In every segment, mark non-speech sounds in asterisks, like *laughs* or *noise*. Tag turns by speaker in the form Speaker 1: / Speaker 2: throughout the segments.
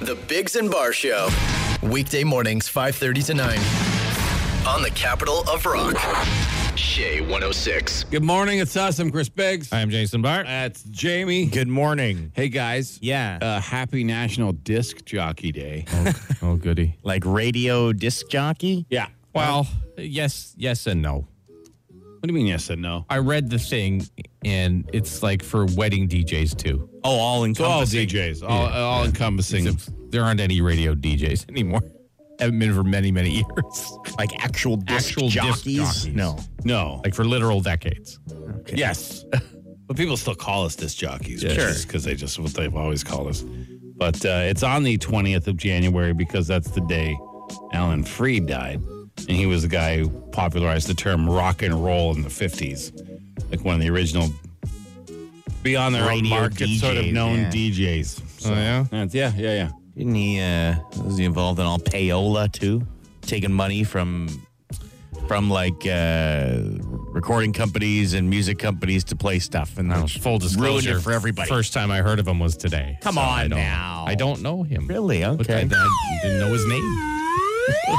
Speaker 1: The Bigs and Bar Show. Weekday mornings, 5.30 to 9. On the capital of rock. Shea 106.
Speaker 2: Good morning. It's us. I'm Chris Biggs.
Speaker 3: I am Jason Bart.
Speaker 2: That's Jamie.
Speaker 3: Good morning.
Speaker 2: Hey, guys.
Speaker 3: Yeah.
Speaker 2: Uh, happy National Disc Jockey Day.
Speaker 3: oh, goody.
Speaker 4: like radio disc jockey.
Speaker 2: yeah.
Speaker 3: Well, yes, yes, and no.
Speaker 2: What do you mean yes and no?
Speaker 3: I read the thing, and it's like for wedding DJs too.
Speaker 4: Oh, all
Speaker 2: All
Speaker 4: encompassing.
Speaker 2: DJs. All,
Speaker 3: Yeah.
Speaker 2: all encompassing.
Speaker 3: Except There aren't any radio DJs anymore. *laughs* Haven't been for many, many years.
Speaker 4: like actual disc
Speaker 3: Actual disc
Speaker 4: jockeys.
Speaker 3: jockeys.
Speaker 4: No.
Speaker 2: No.
Speaker 3: Like for literal decades.
Speaker 2: yes. *laughs* but people still call us disc jockeys.
Speaker 4: Sure.
Speaker 2: Because they just what they've always called us. But uh, it's on the 20th of January because that's the day Alan Freed died. And he was the guy who popularized the term rock and roll in the 50s. Like one of the original, beyond their own
Speaker 4: Radio
Speaker 2: market, sort of
Speaker 4: DJs,
Speaker 2: known
Speaker 4: yeah.
Speaker 2: DJs. So,
Speaker 3: Oh, yeah?
Speaker 2: that's- yeah, yeah, yeah.
Speaker 4: Didn't he? Uh, was he involved in all payola too? Taking money from from like uh, recording companies and music companies to play stuff and
Speaker 3: Now,
Speaker 4: that
Speaker 3: full disclosure
Speaker 4: ruined it for everybody.
Speaker 3: First time I heard of him was today.
Speaker 4: Come
Speaker 3: I
Speaker 4: on
Speaker 3: don't-
Speaker 4: now.
Speaker 3: I don't know him.
Speaker 4: Really?
Speaker 3: But I,
Speaker 4: Okay.
Speaker 3: I didn't know his name.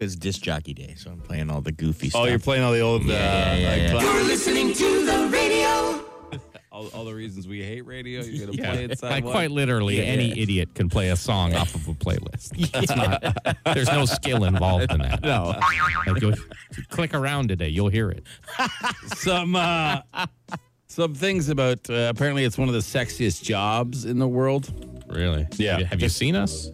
Speaker 4: It's disc jockey day, so I'm playing all the goofy stuff.
Speaker 2: Oh, you're playing all the old. Uh,
Speaker 4: Yeah, yeah, yeah,
Speaker 2: like,
Speaker 4: yeah.
Speaker 5: You're listening to the radio.
Speaker 2: all, all the reasons we hate radio. You're *laughs* gonna play
Speaker 3: Yeah.
Speaker 2: it.
Speaker 3: Like
Speaker 2: sidewalk.
Speaker 3: quite literally, any idiot can play a song off of a *laughs* playlist. It's not, there's no skill involved in that.
Speaker 4: No.
Speaker 3: Like you'll click around today, you'll hear it.
Speaker 2: some uh, *laughs* some things about. Uh, apparently, it's one of the sexiest jobs in the world.
Speaker 3: Really?
Speaker 2: Yeah.
Speaker 3: Have you seen us?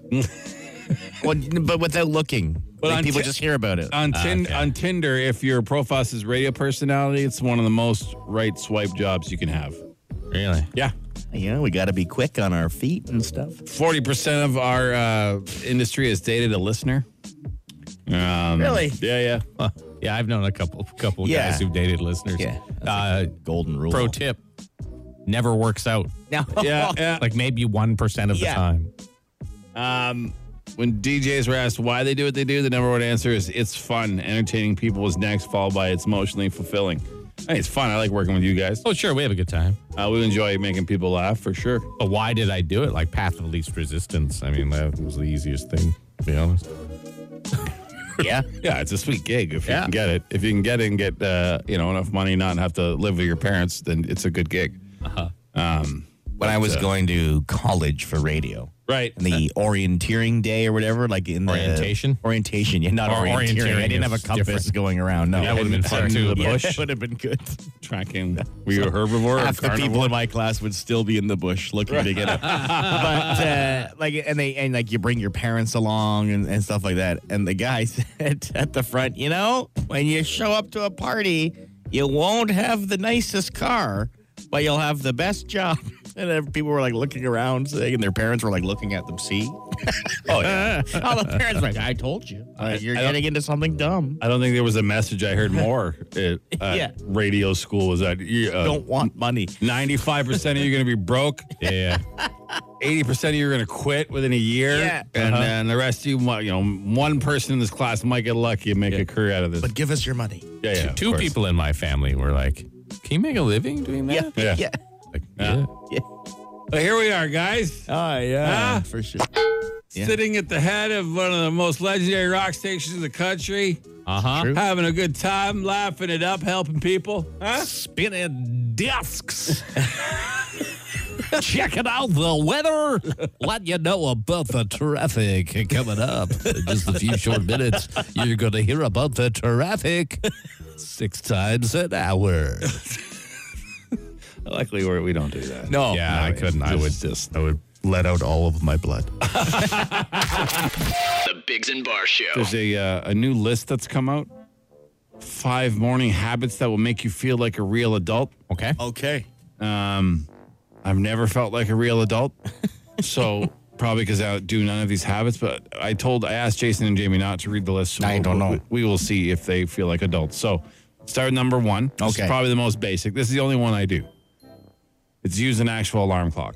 Speaker 4: Well, but without looking,
Speaker 2: Well,
Speaker 4: like
Speaker 2: on
Speaker 4: people
Speaker 2: Ti-
Speaker 4: just hear about it. Ah,
Speaker 2: On, tin-
Speaker 3: okay.
Speaker 2: on Tinder, if your profile says radio personality, it's one of the most right swipe jobs you can have.
Speaker 3: Really?
Speaker 2: Yeah.
Speaker 4: you know, we got to be quick on our feet and stuff.
Speaker 2: 40% of our uh, industry has dated a listener. Um,
Speaker 4: Really?
Speaker 2: Yeah, yeah.
Speaker 3: Huh. Yeah, I've known a couple couple
Speaker 4: Yeah.
Speaker 3: guys who've dated listeners.
Speaker 4: Yeah.
Speaker 3: Uh,
Speaker 4: Golden rule.
Speaker 3: pro tip: never works out.
Speaker 4: Now, *laughs*
Speaker 2: Yeah, yeah.
Speaker 3: Like maybe one percent of
Speaker 4: Yeah.
Speaker 3: the time.
Speaker 2: Um, when DJs were asked why they do what they do, the number one answer is it's fun. Entertaining people is next, followed by it's emotionally fulfilling. Hey, it's fun. I like working with you guys.
Speaker 3: Oh, sure, we have a good time.
Speaker 2: Uh, we enjoy making people laugh for sure.
Speaker 3: But why did I do it? Like path of least resistance. I mean, that was the easiest thing. To be honest.
Speaker 4: yeah.
Speaker 2: Yeah, it's a sweet gig if you
Speaker 3: Yeah.
Speaker 2: can get it. If you can get it and get uh, you know enough money, not have to live with your parents, then it's a good gig.
Speaker 4: When I was going to college for radio,
Speaker 2: Right.
Speaker 4: and the orienteering day or whatever, like in the-
Speaker 3: Orientation?
Speaker 4: orientation, yeah, not
Speaker 3: Or
Speaker 4: orienteering.
Speaker 3: orienteering
Speaker 4: I didn't have a
Speaker 3: is
Speaker 4: compass
Speaker 3: different.
Speaker 4: going around. No,
Speaker 3: That would've been fun, too, the
Speaker 4: Yeah,
Speaker 3: bush.
Speaker 4: that would have been good.
Speaker 2: Tracking. Were you a herbivore?
Speaker 4: Half
Speaker 2: or
Speaker 4: the people in my class would still be in the bush looking to get it. *laughs* but uh, like, and they and like you bring your parents along and, and stuff like that. And the guy *laughs* said at the front, you know, when you show up to a party, you won't have the nicest car, but you'll have the best job. *laughs* And then people were like looking around, saying, and their parents were like looking at them. See, *laughs*
Speaker 2: Oh yeah.
Speaker 4: all the parents were like, "I told you, you're
Speaker 2: I don't-
Speaker 4: getting into something dumb."
Speaker 2: I don't think there was a message I heard
Speaker 4: *laughs*
Speaker 2: more at, at
Speaker 4: Yeah.
Speaker 2: radio school was that you, uh,
Speaker 4: don't want money.
Speaker 2: 95% of you are going to be
Speaker 4: *laughs*
Speaker 2: broke.
Speaker 3: Yeah.
Speaker 2: 80% of you are going to quit within a year.
Speaker 4: Yeah. Uh-huh.
Speaker 2: And then the rest of you, might- you know, one person in this class might get lucky and make a career out of this.
Speaker 4: But give us your money.
Speaker 2: yeah, yeah, of
Speaker 3: Two
Speaker 2: course.
Speaker 3: people in my family were like, "Can you make a living doing that?"
Speaker 2: Yeah.
Speaker 4: yeah.
Speaker 3: Like, yeah.
Speaker 4: yeah.
Speaker 2: But here we are, guys.
Speaker 4: Oh yeah,
Speaker 2: Huh?
Speaker 4: *laughs* for sure. Yeah.
Speaker 2: Sitting at the head of one of the most legendary rock stations in the country,
Speaker 3: Uh huh.
Speaker 2: having a good time, laughing it up, helping people. Huh?
Speaker 3: spinning discs. *laughs* Checking out the weather. Let you know about the traffic coming up. In just a few short minutes, you're going to hear about the traffic six times
Speaker 2: *laughs*
Speaker 3: an hour.
Speaker 2: Luckily, we're, we don't do that.
Speaker 4: No,
Speaker 3: yeah, I couldn't. I would just, I would let out all of my blood.
Speaker 1: The Bigs and Bar Show.
Speaker 2: There's a uh, a new list that's come out. Five morning habits that will make you feel like a real adult. Um,
Speaker 3: Okay.
Speaker 4: Okay.
Speaker 2: I've never felt like a real
Speaker 4: *laughs*
Speaker 2: adult. So probably because I do none of these habits. But I told, I asked Jason and Jamie not to read the list. So
Speaker 4: I don't know.
Speaker 2: We, we will see if they feel like adults. So start number one. This is
Speaker 4: Okay.
Speaker 2: probably the most basic. This is the only one I do. It's use an actual alarm clock.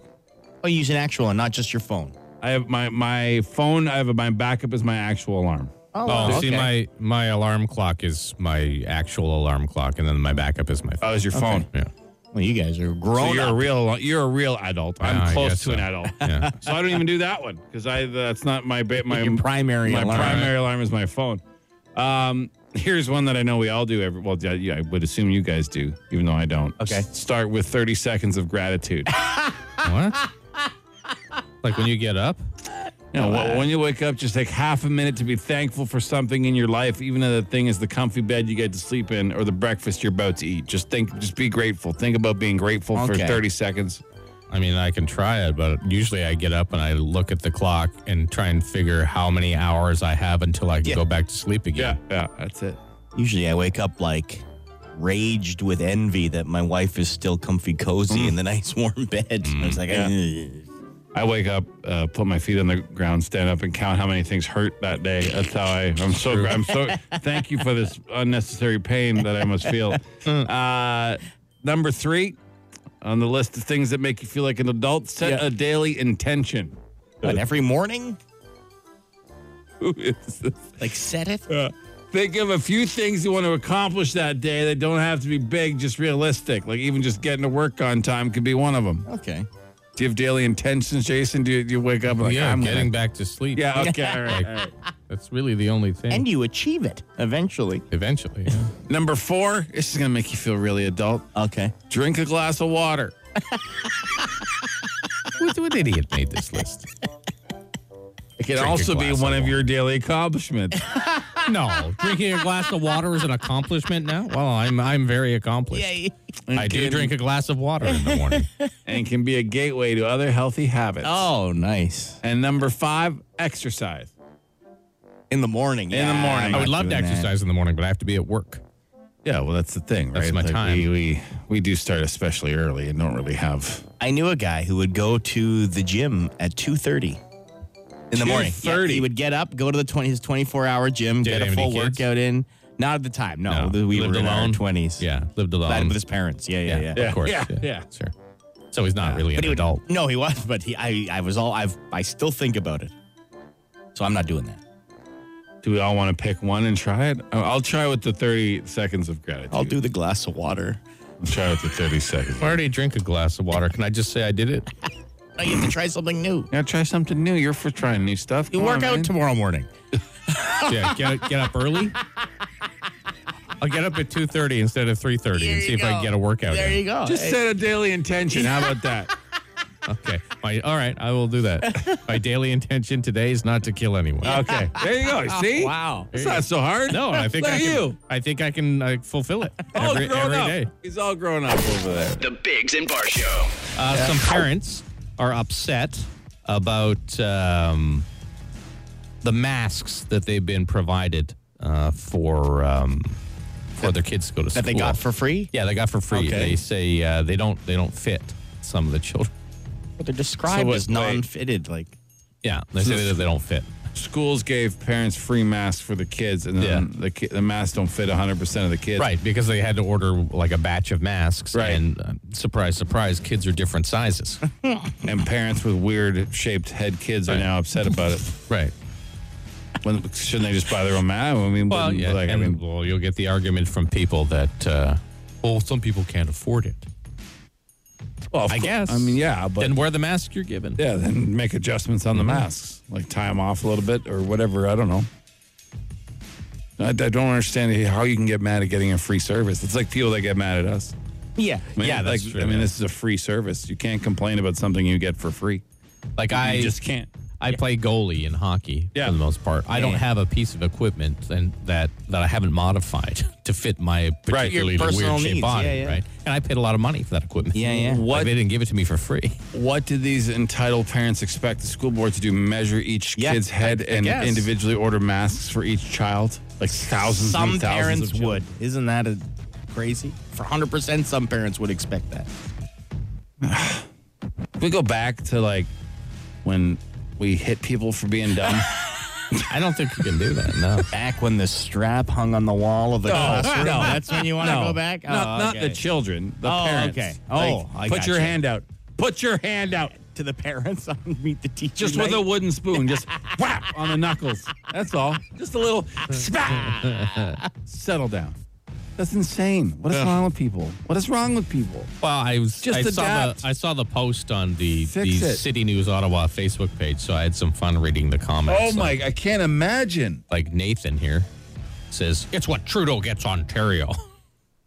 Speaker 4: Oh, use an actual and not just your phone.
Speaker 2: I have my my phone. I have my backup is my actual alarm.
Speaker 4: Oh,
Speaker 3: see, my my alarm clock is my actual alarm clock, and then my backup is my
Speaker 2: Oh,
Speaker 3: phone.
Speaker 2: is your phone?
Speaker 3: yeah.
Speaker 4: Well, you guys are grown
Speaker 2: So you're a
Speaker 4: up. Ah,
Speaker 2: real you're a real adult. I'm
Speaker 3: Yeah, I
Speaker 2: close
Speaker 3: guess
Speaker 2: to an
Speaker 3: so.
Speaker 2: adult.
Speaker 3: Yeah.
Speaker 2: So I don't even do that one because I that's not my ba- my
Speaker 4: Your primary
Speaker 2: my
Speaker 4: alarm.
Speaker 2: *laughs* primary alarm is my phone. Um, here's one that I know we all do. Every well, yeah, yeah, I would assume you guys do, even though I don't.
Speaker 4: Okay.
Speaker 2: S- start with 30 seconds of
Speaker 4: *laughs*
Speaker 2: gratitude.
Speaker 3: What? like when you get up?
Speaker 2: you know, wh- when you wake up, just take half a minute to be thankful for something in your life, even though the thing is the comfy bed you get to sleep in or the breakfast you're about to eat. Just think, just be grateful. Think about being grateful for
Speaker 4: Okay.
Speaker 2: 30 seconds.
Speaker 3: I mean, I can try it, but usually I get up and I look at the clock and try and figure how many hours I have until I can
Speaker 4: Yeah.
Speaker 3: go back to sleep again.
Speaker 2: yeah, that's it.
Speaker 4: Usually I wake up like raged with envy that my wife is still comfy cozy in the nice warm bed. I was like,
Speaker 2: Mm.
Speaker 4: "Ugh."
Speaker 2: I wake up, uh, put my feet on the ground, stand up, and count how many things hurt that day. That's how I. I'm so. gra- I'm
Speaker 3: *laughs*
Speaker 2: so. Thank you for this unnecessary pain that I must feel.
Speaker 3: Mm.
Speaker 2: Uh, number three on the list of things that make you feel like an adult: set
Speaker 4: Yeah.
Speaker 2: a daily intention. *laughs*
Speaker 4: What, every morning?
Speaker 2: Who is this?
Speaker 4: Like set it?
Speaker 2: Uh, think of a few things you want to accomplish that day that don't have to be big, just realistic. Like even just getting to work on time could be one of them.
Speaker 4: Okay.
Speaker 2: Do you have daily intentions, Jason? Do you, do you wake up and like
Speaker 3: yeah,
Speaker 2: I'm gonna-
Speaker 3: getting back to
Speaker 2: *laughs*
Speaker 3: sleep.
Speaker 2: Yeah.
Speaker 3: *laughs*
Speaker 2: Okay. All right. All right.
Speaker 3: That's really the only thing.
Speaker 4: And you achieve it eventually.
Speaker 3: Eventually. yeah.
Speaker 2: Number four, this is gonna make you feel really adult.
Speaker 4: Okay.
Speaker 2: Drink a glass of water.
Speaker 3: what, what idiot made this list?
Speaker 2: It can
Speaker 3: Drink a
Speaker 2: also be
Speaker 3: glass
Speaker 2: one
Speaker 3: of
Speaker 2: of
Speaker 3: water.
Speaker 2: your daily
Speaker 3: *laughs*
Speaker 2: accomplishments.
Speaker 3: *laughs* No, drinking a glass of water is an accomplishment now. Well, I'm I'm very accomplished. I do
Speaker 2: can-
Speaker 3: drink a glass of water in the morning.
Speaker 2: and can be a gateway to other healthy habits.
Speaker 4: Oh, nice.
Speaker 2: And number five, exercise.
Speaker 4: In the morning.
Speaker 2: In the morning.
Speaker 4: I'm
Speaker 3: I would
Speaker 4: not
Speaker 3: love to
Speaker 4: doing that.
Speaker 3: exercise in the morning, but I have to be at work.
Speaker 2: Yeah, well, that's the thing, right?
Speaker 3: That's my time.
Speaker 2: We, we we do start especially early and don't really have
Speaker 4: I knew a guy who would go to the gym at 2.30 in the morning.
Speaker 2: 2:30?
Speaker 4: he would get up, go to the 20, his 24-hour gym,
Speaker 3: Did
Speaker 4: get
Speaker 3: he
Speaker 4: a
Speaker 3: have any
Speaker 4: full
Speaker 3: kids?
Speaker 4: workout in. Not at the time. No,
Speaker 3: No.
Speaker 4: th- Oh, we
Speaker 3: Lived
Speaker 4: were in our
Speaker 3: alone?
Speaker 4: 20s.
Speaker 3: Yeah, lived alone.
Speaker 4: But with his parents. Yeah, yeah, yeah.
Speaker 3: of course.
Speaker 2: Yeah, yeah.
Speaker 3: sure. So he's not really an
Speaker 4: But he would-
Speaker 3: adult.
Speaker 4: No, he was, but he, I, I was all, I've, I still think about it. So I'm not doing that.
Speaker 2: do we all want to pick one and try it? I'll- I'll try with the 30 seconds of gratitude.
Speaker 4: I'll do the glass of water.
Speaker 2: I'll try with the 30 seconds.
Speaker 3: I already drink a glass of water. Can I just say I did *laughs* it?
Speaker 4: No, you have to try something new.
Speaker 2: Now try something new. You're for trying new stuff.
Speaker 4: You
Speaker 2: Come
Speaker 4: work
Speaker 2: on,
Speaker 4: out
Speaker 2: man.
Speaker 4: tomorrow morning.
Speaker 3: Yeah, get get up early. I'll get up at two thirty instead of three thirty and
Speaker 4: you
Speaker 3: see if I
Speaker 4: go.
Speaker 3: can get a workout.
Speaker 4: There
Speaker 3: in.
Speaker 4: you go.
Speaker 2: Just
Speaker 4: Hey,
Speaker 2: set a daily intention. How about that?
Speaker 3: Okay. My, all right, I will do that. My daily intention today is not to kill anyone.
Speaker 2: Okay. There you go.
Speaker 3: *laughs*
Speaker 2: See?
Speaker 4: wow.
Speaker 2: It's not so hard.
Speaker 3: No, and I think
Speaker 2: Look
Speaker 3: I
Speaker 2: at
Speaker 3: can.
Speaker 2: you.
Speaker 3: I think I can uh, fulfill it
Speaker 4: Oh,
Speaker 2: All
Speaker 3: every,
Speaker 2: grown
Speaker 3: every
Speaker 2: up.
Speaker 3: day.
Speaker 2: He's all grown up over there.
Speaker 1: The Bigs and Bar Show.
Speaker 3: Uh, Some parents are upset about um, the masks that they've been provided uh, for um, for their kids to go to school.
Speaker 4: That they got for free?
Speaker 3: yeah, they got for free.
Speaker 4: Okay.
Speaker 3: They say uh, they don't they don't fit some of the children. *laughs*
Speaker 4: But they're described
Speaker 2: So what-
Speaker 4: as non-fitted. Like,
Speaker 3: Yeah, they say that they don't fit.
Speaker 2: Schools gave parents free masks for the kids, and then
Speaker 3: Yeah.
Speaker 2: the, ki- the masks don't fit 100% of the kids.
Speaker 3: Right, because they had to order like a batch of masks.
Speaker 2: Right.
Speaker 3: And uh, surprise, surprise, kids are different sizes.
Speaker 2: And parents with weird shaped head kids are
Speaker 3: Right.
Speaker 2: now upset about it.
Speaker 3: *laughs* right.
Speaker 2: When, shouldn't they just buy their own mask? I mean,
Speaker 3: Well,
Speaker 2: wouldn't-
Speaker 3: yeah.
Speaker 2: like, I
Speaker 3: and,
Speaker 2: mean,
Speaker 3: well, you'll get the argument from people that, uh, well, some people can't afford it.
Speaker 2: well, of
Speaker 3: I
Speaker 2: cour-
Speaker 3: guess.
Speaker 2: I mean, yeah, but
Speaker 3: then Mhm. wear the mask you're given.
Speaker 2: yeah, then make adjustments on the masks, like tie them off a little bit or whatever. I don't know. I, I don't understand how you can get mad at getting a free service. It's like people that get mad at us.
Speaker 4: yeah.
Speaker 2: I mean,
Speaker 3: Yeah, that's
Speaker 2: like,
Speaker 3: true,
Speaker 2: I mean,
Speaker 3: yeah.
Speaker 2: this is a free service. You can't complain about something you get for free.
Speaker 3: Like
Speaker 2: I
Speaker 3: I
Speaker 2: you just can't.
Speaker 3: I play goalie in hockey
Speaker 2: Yeah.
Speaker 3: for the most part. I don't
Speaker 4: Yeah.
Speaker 3: have a piece of equipment and that that I haven't modified *laughs* to fit my particularly
Speaker 4: personal
Speaker 3: weird shaped
Speaker 4: needs,
Speaker 3: body,
Speaker 4: yeah, yeah.
Speaker 3: right? And I paid a lot of money for that equipment.
Speaker 4: Yeah, yeah.
Speaker 3: Like,
Speaker 2: What-
Speaker 3: they didn't give it to me for free. *laughs*
Speaker 2: What did these entitled parents expect the school board to do? Measure each
Speaker 4: Yeah,
Speaker 2: kid's head
Speaker 4: I- I
Speaker 2: and
Speaker 4: guess.
Speaker 2: individually order masks for each child? Like thousands
Speaker 4: Some *laughs*
Speaker 2: and thousands
Speaker 4: parents
Speaker 2: of children.
Speaker 4: would. Isn't that a crazy? For 100%, some parents would expect that.
Speaker 2: Can we go back to like when we hit people for being dumb?
Speaker 3: *laughs* I don't think you can do that. No.
Speaker 4: *laughs* Back when the strap hung on the wall of the classroom. No, that's when you want to go back?
Speaker 2: Not,
Speaker 4: Oh,
Speaker 2: not the
Speaker 4: okay.
Speaker 2: children, the
Speaker 4: Oh,
Speaker 2: parents.
Speaker 4: okay.
Speaker 2: Like,
Speaker 4: Oh, I
Speaker 2: put your
Speaker 4: gotcha.
Speaker 2: hand out. Put your hand out.
Speaker 4: To the parents *laughs* on Meet the Teacher
Speaker 2: Just with
Speaker 4: night.
Speaker 2: a wooden spoon, *laughs* just whap
Speaker 6: *laughs*
Speaker 2: on the knuckles. That's all. Just a little spat. Settle down.
Speaker 6: That's insane. What is wrong with people? What is wrong with people?
Speaker 3: Well, I was
Speaker 6: Just
Speaker 3: I saw the
Speaker 6: adapt.
Speaker 3: I saw the post on the
Speaker 6: Fix
Speaker 3: the
Speaker 6: it.
Speaker 3: City News Ottawa Facebook page, so I had some fun reading the comments.
Speaker 2: Oh my! I can't imagine.
Speaker 3: Like Nathan here says, "It's what Trudeau gets Ontario."
Speaker 6: What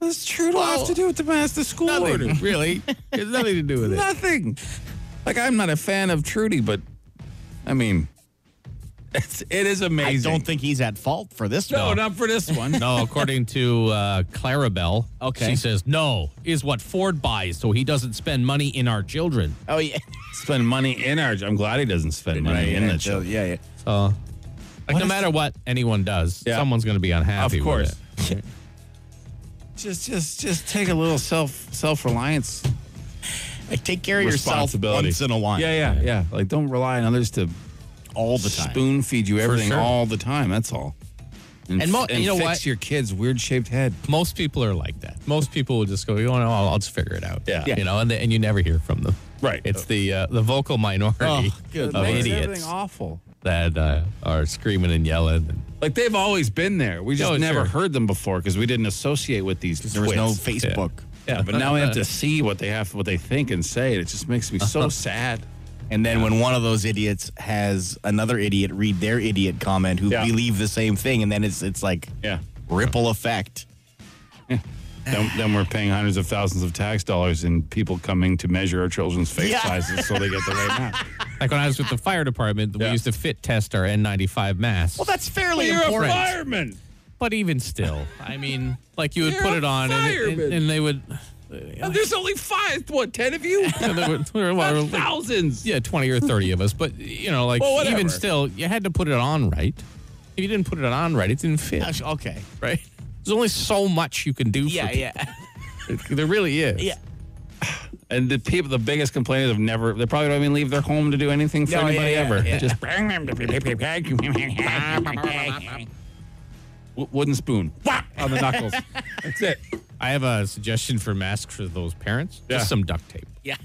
Speaker 6: does Trudeau have to do with the master school order?
Speaker 3: really? It's nothing to do with it.
Speaker 6: Nothing. Like I'm not a fan of Trudy, but I mean, it's, it is amazing.
Speaker 4: don't think he's at fault for this
Speaker 2: No,
Speaker 4: one.
Speaker 2: not for this one.
Speaker 3: No, according to uh, Clarabelle,
Speaker 4: Okay.
Speaker 3: she says no is what Ford buys, so he doesn't spend money in our children.
Speaker 4: Oh, yeah.
Speaker 2: spend money in our. I'm glad he doesn't spend money
Speaker 6: Right,
Speaker 2: in
Speaker 6: yeah,
Speaker 2: the
Speaker 6: so-
Speaker 2: children.
Speaker 6: yeah, yeah.
Speaker 3: Like no matter what anyone does,
Speaker 2: Yeah.
Speaker 3: someone's going to be unhappy.
Speaker 2: Of course.
Speaker 3: with it.
Speaker 2: *laughs*
Speaker 6: Just, just, just take a little self self reliance
Speaker 4: Like, take care of yourself
Speaker 2: Responsibility.
Speaker 4: once in a while.
Speaker 6: Yeah, yeah, yeah. Like don't rely on others to
Speaker 4: All the time.
Speaker 6: spoon feed you everything
Speaker 3: sure.
Speaker 6: all the time. That's all.
Speaker 3: And mo-
Speaker 6: f-
Speaker 3: you know
Speaker 6: fix
Speaker 3: what?
Speaker 6: your kid's weird shaped head.
Speaker 3: Most people are like that. Most people will just go, "You know, I'll, I'll just figure it out."
Speaker 2: Yeah. Yeah.
Speaker 3: you know, and, they- and you never hear from them.
Speaker 2: Right. Oh,
Speaker 3: It's the uh, the vocal minority
Speaker 6: It
Speaker 3: of
Speaker 6: makes
Speaker 3: idiots
Speaker 6: everything awful.
Speaker 3: that uh, are screaming and yelling. And
Speaker 2: Like they've always been there. We just
Speaker 3: Oh,
Speaker 2: never
Speaker 3: sure.
Speaker 2: heard them before because we didn't associate with these.
Speaker 4: There was no
Speaker 2: twits.
Speaker 4: Facebook.
Speaker 2: Yeah, but now we have to see what they have, what they think, and say it. It just makes me
Speaker 4: *laughs*
Speaker 2: so sad.
Speaker 4: And then when one of those idiots has another idiot read their idiot comment who
Speaker 2: Yeah.
Speaker 4: believe the same thing, and then it's it's like
Speaker 2: Yeah.
Speaker 4: ripple effect.
Speaker 2: Then, then we're paying hundreds of thousands of tax dollars and people coming to measure our children's face
Speaker 4: Yeah.
Speaker 2: sizes so they get the right
Speaker 4: *laughs*
Speaker 2: map.
Speaker 3: like when I was with the fire department,
Speaker 2: Yeah.
Speaker 3: we used to fit test our N95 masks.
Speaker 4: Well, that's fairly
Speaker 2: You're a
Speaker 4: important.
Speaker 2: fireman.
Speaker 3: but even still, I mean, like you would put it on, and, it- and, and they would.
Speaker 2: There's only five, what, ten of you?
Speaker 3: *laughs* And they would there were like,
Speaker 2: Thousands.
Speaker 3: yeah, 20 or 30 of us. But, you know, like,
Speaker 2: Well, whatever.
Speaker 3: even still, you had to put it on right. If you didn't put it on right, it didn't fit,
Speaker 4: Gosh, Okay.
Speaker 3: right? There's only so much you can do
Speaker 4: *laughs*
Speaker 3: for people. There really is.
Speaker 4: Yeah.
Speaker 2: And the people, the biggest complainers have never, they probably don't even leave their home to do anything for
Speaker 4: No, yeah,
Speaker 2: anybody
Speaker 4: yeah,
Speaker 2: ever.
Speaker 4: yeah.
Speaker 2: Just bring them to W- wooden spoon whap, on the
Speaker 4: *laughs*
Speaker 2: knuckles. That's it.
Speaker 3: I have a suggestion for masks for those parents.
Speaker 2: Yeah.
Speaker 3: Just some duct tape.
Speaker 4: Yeah.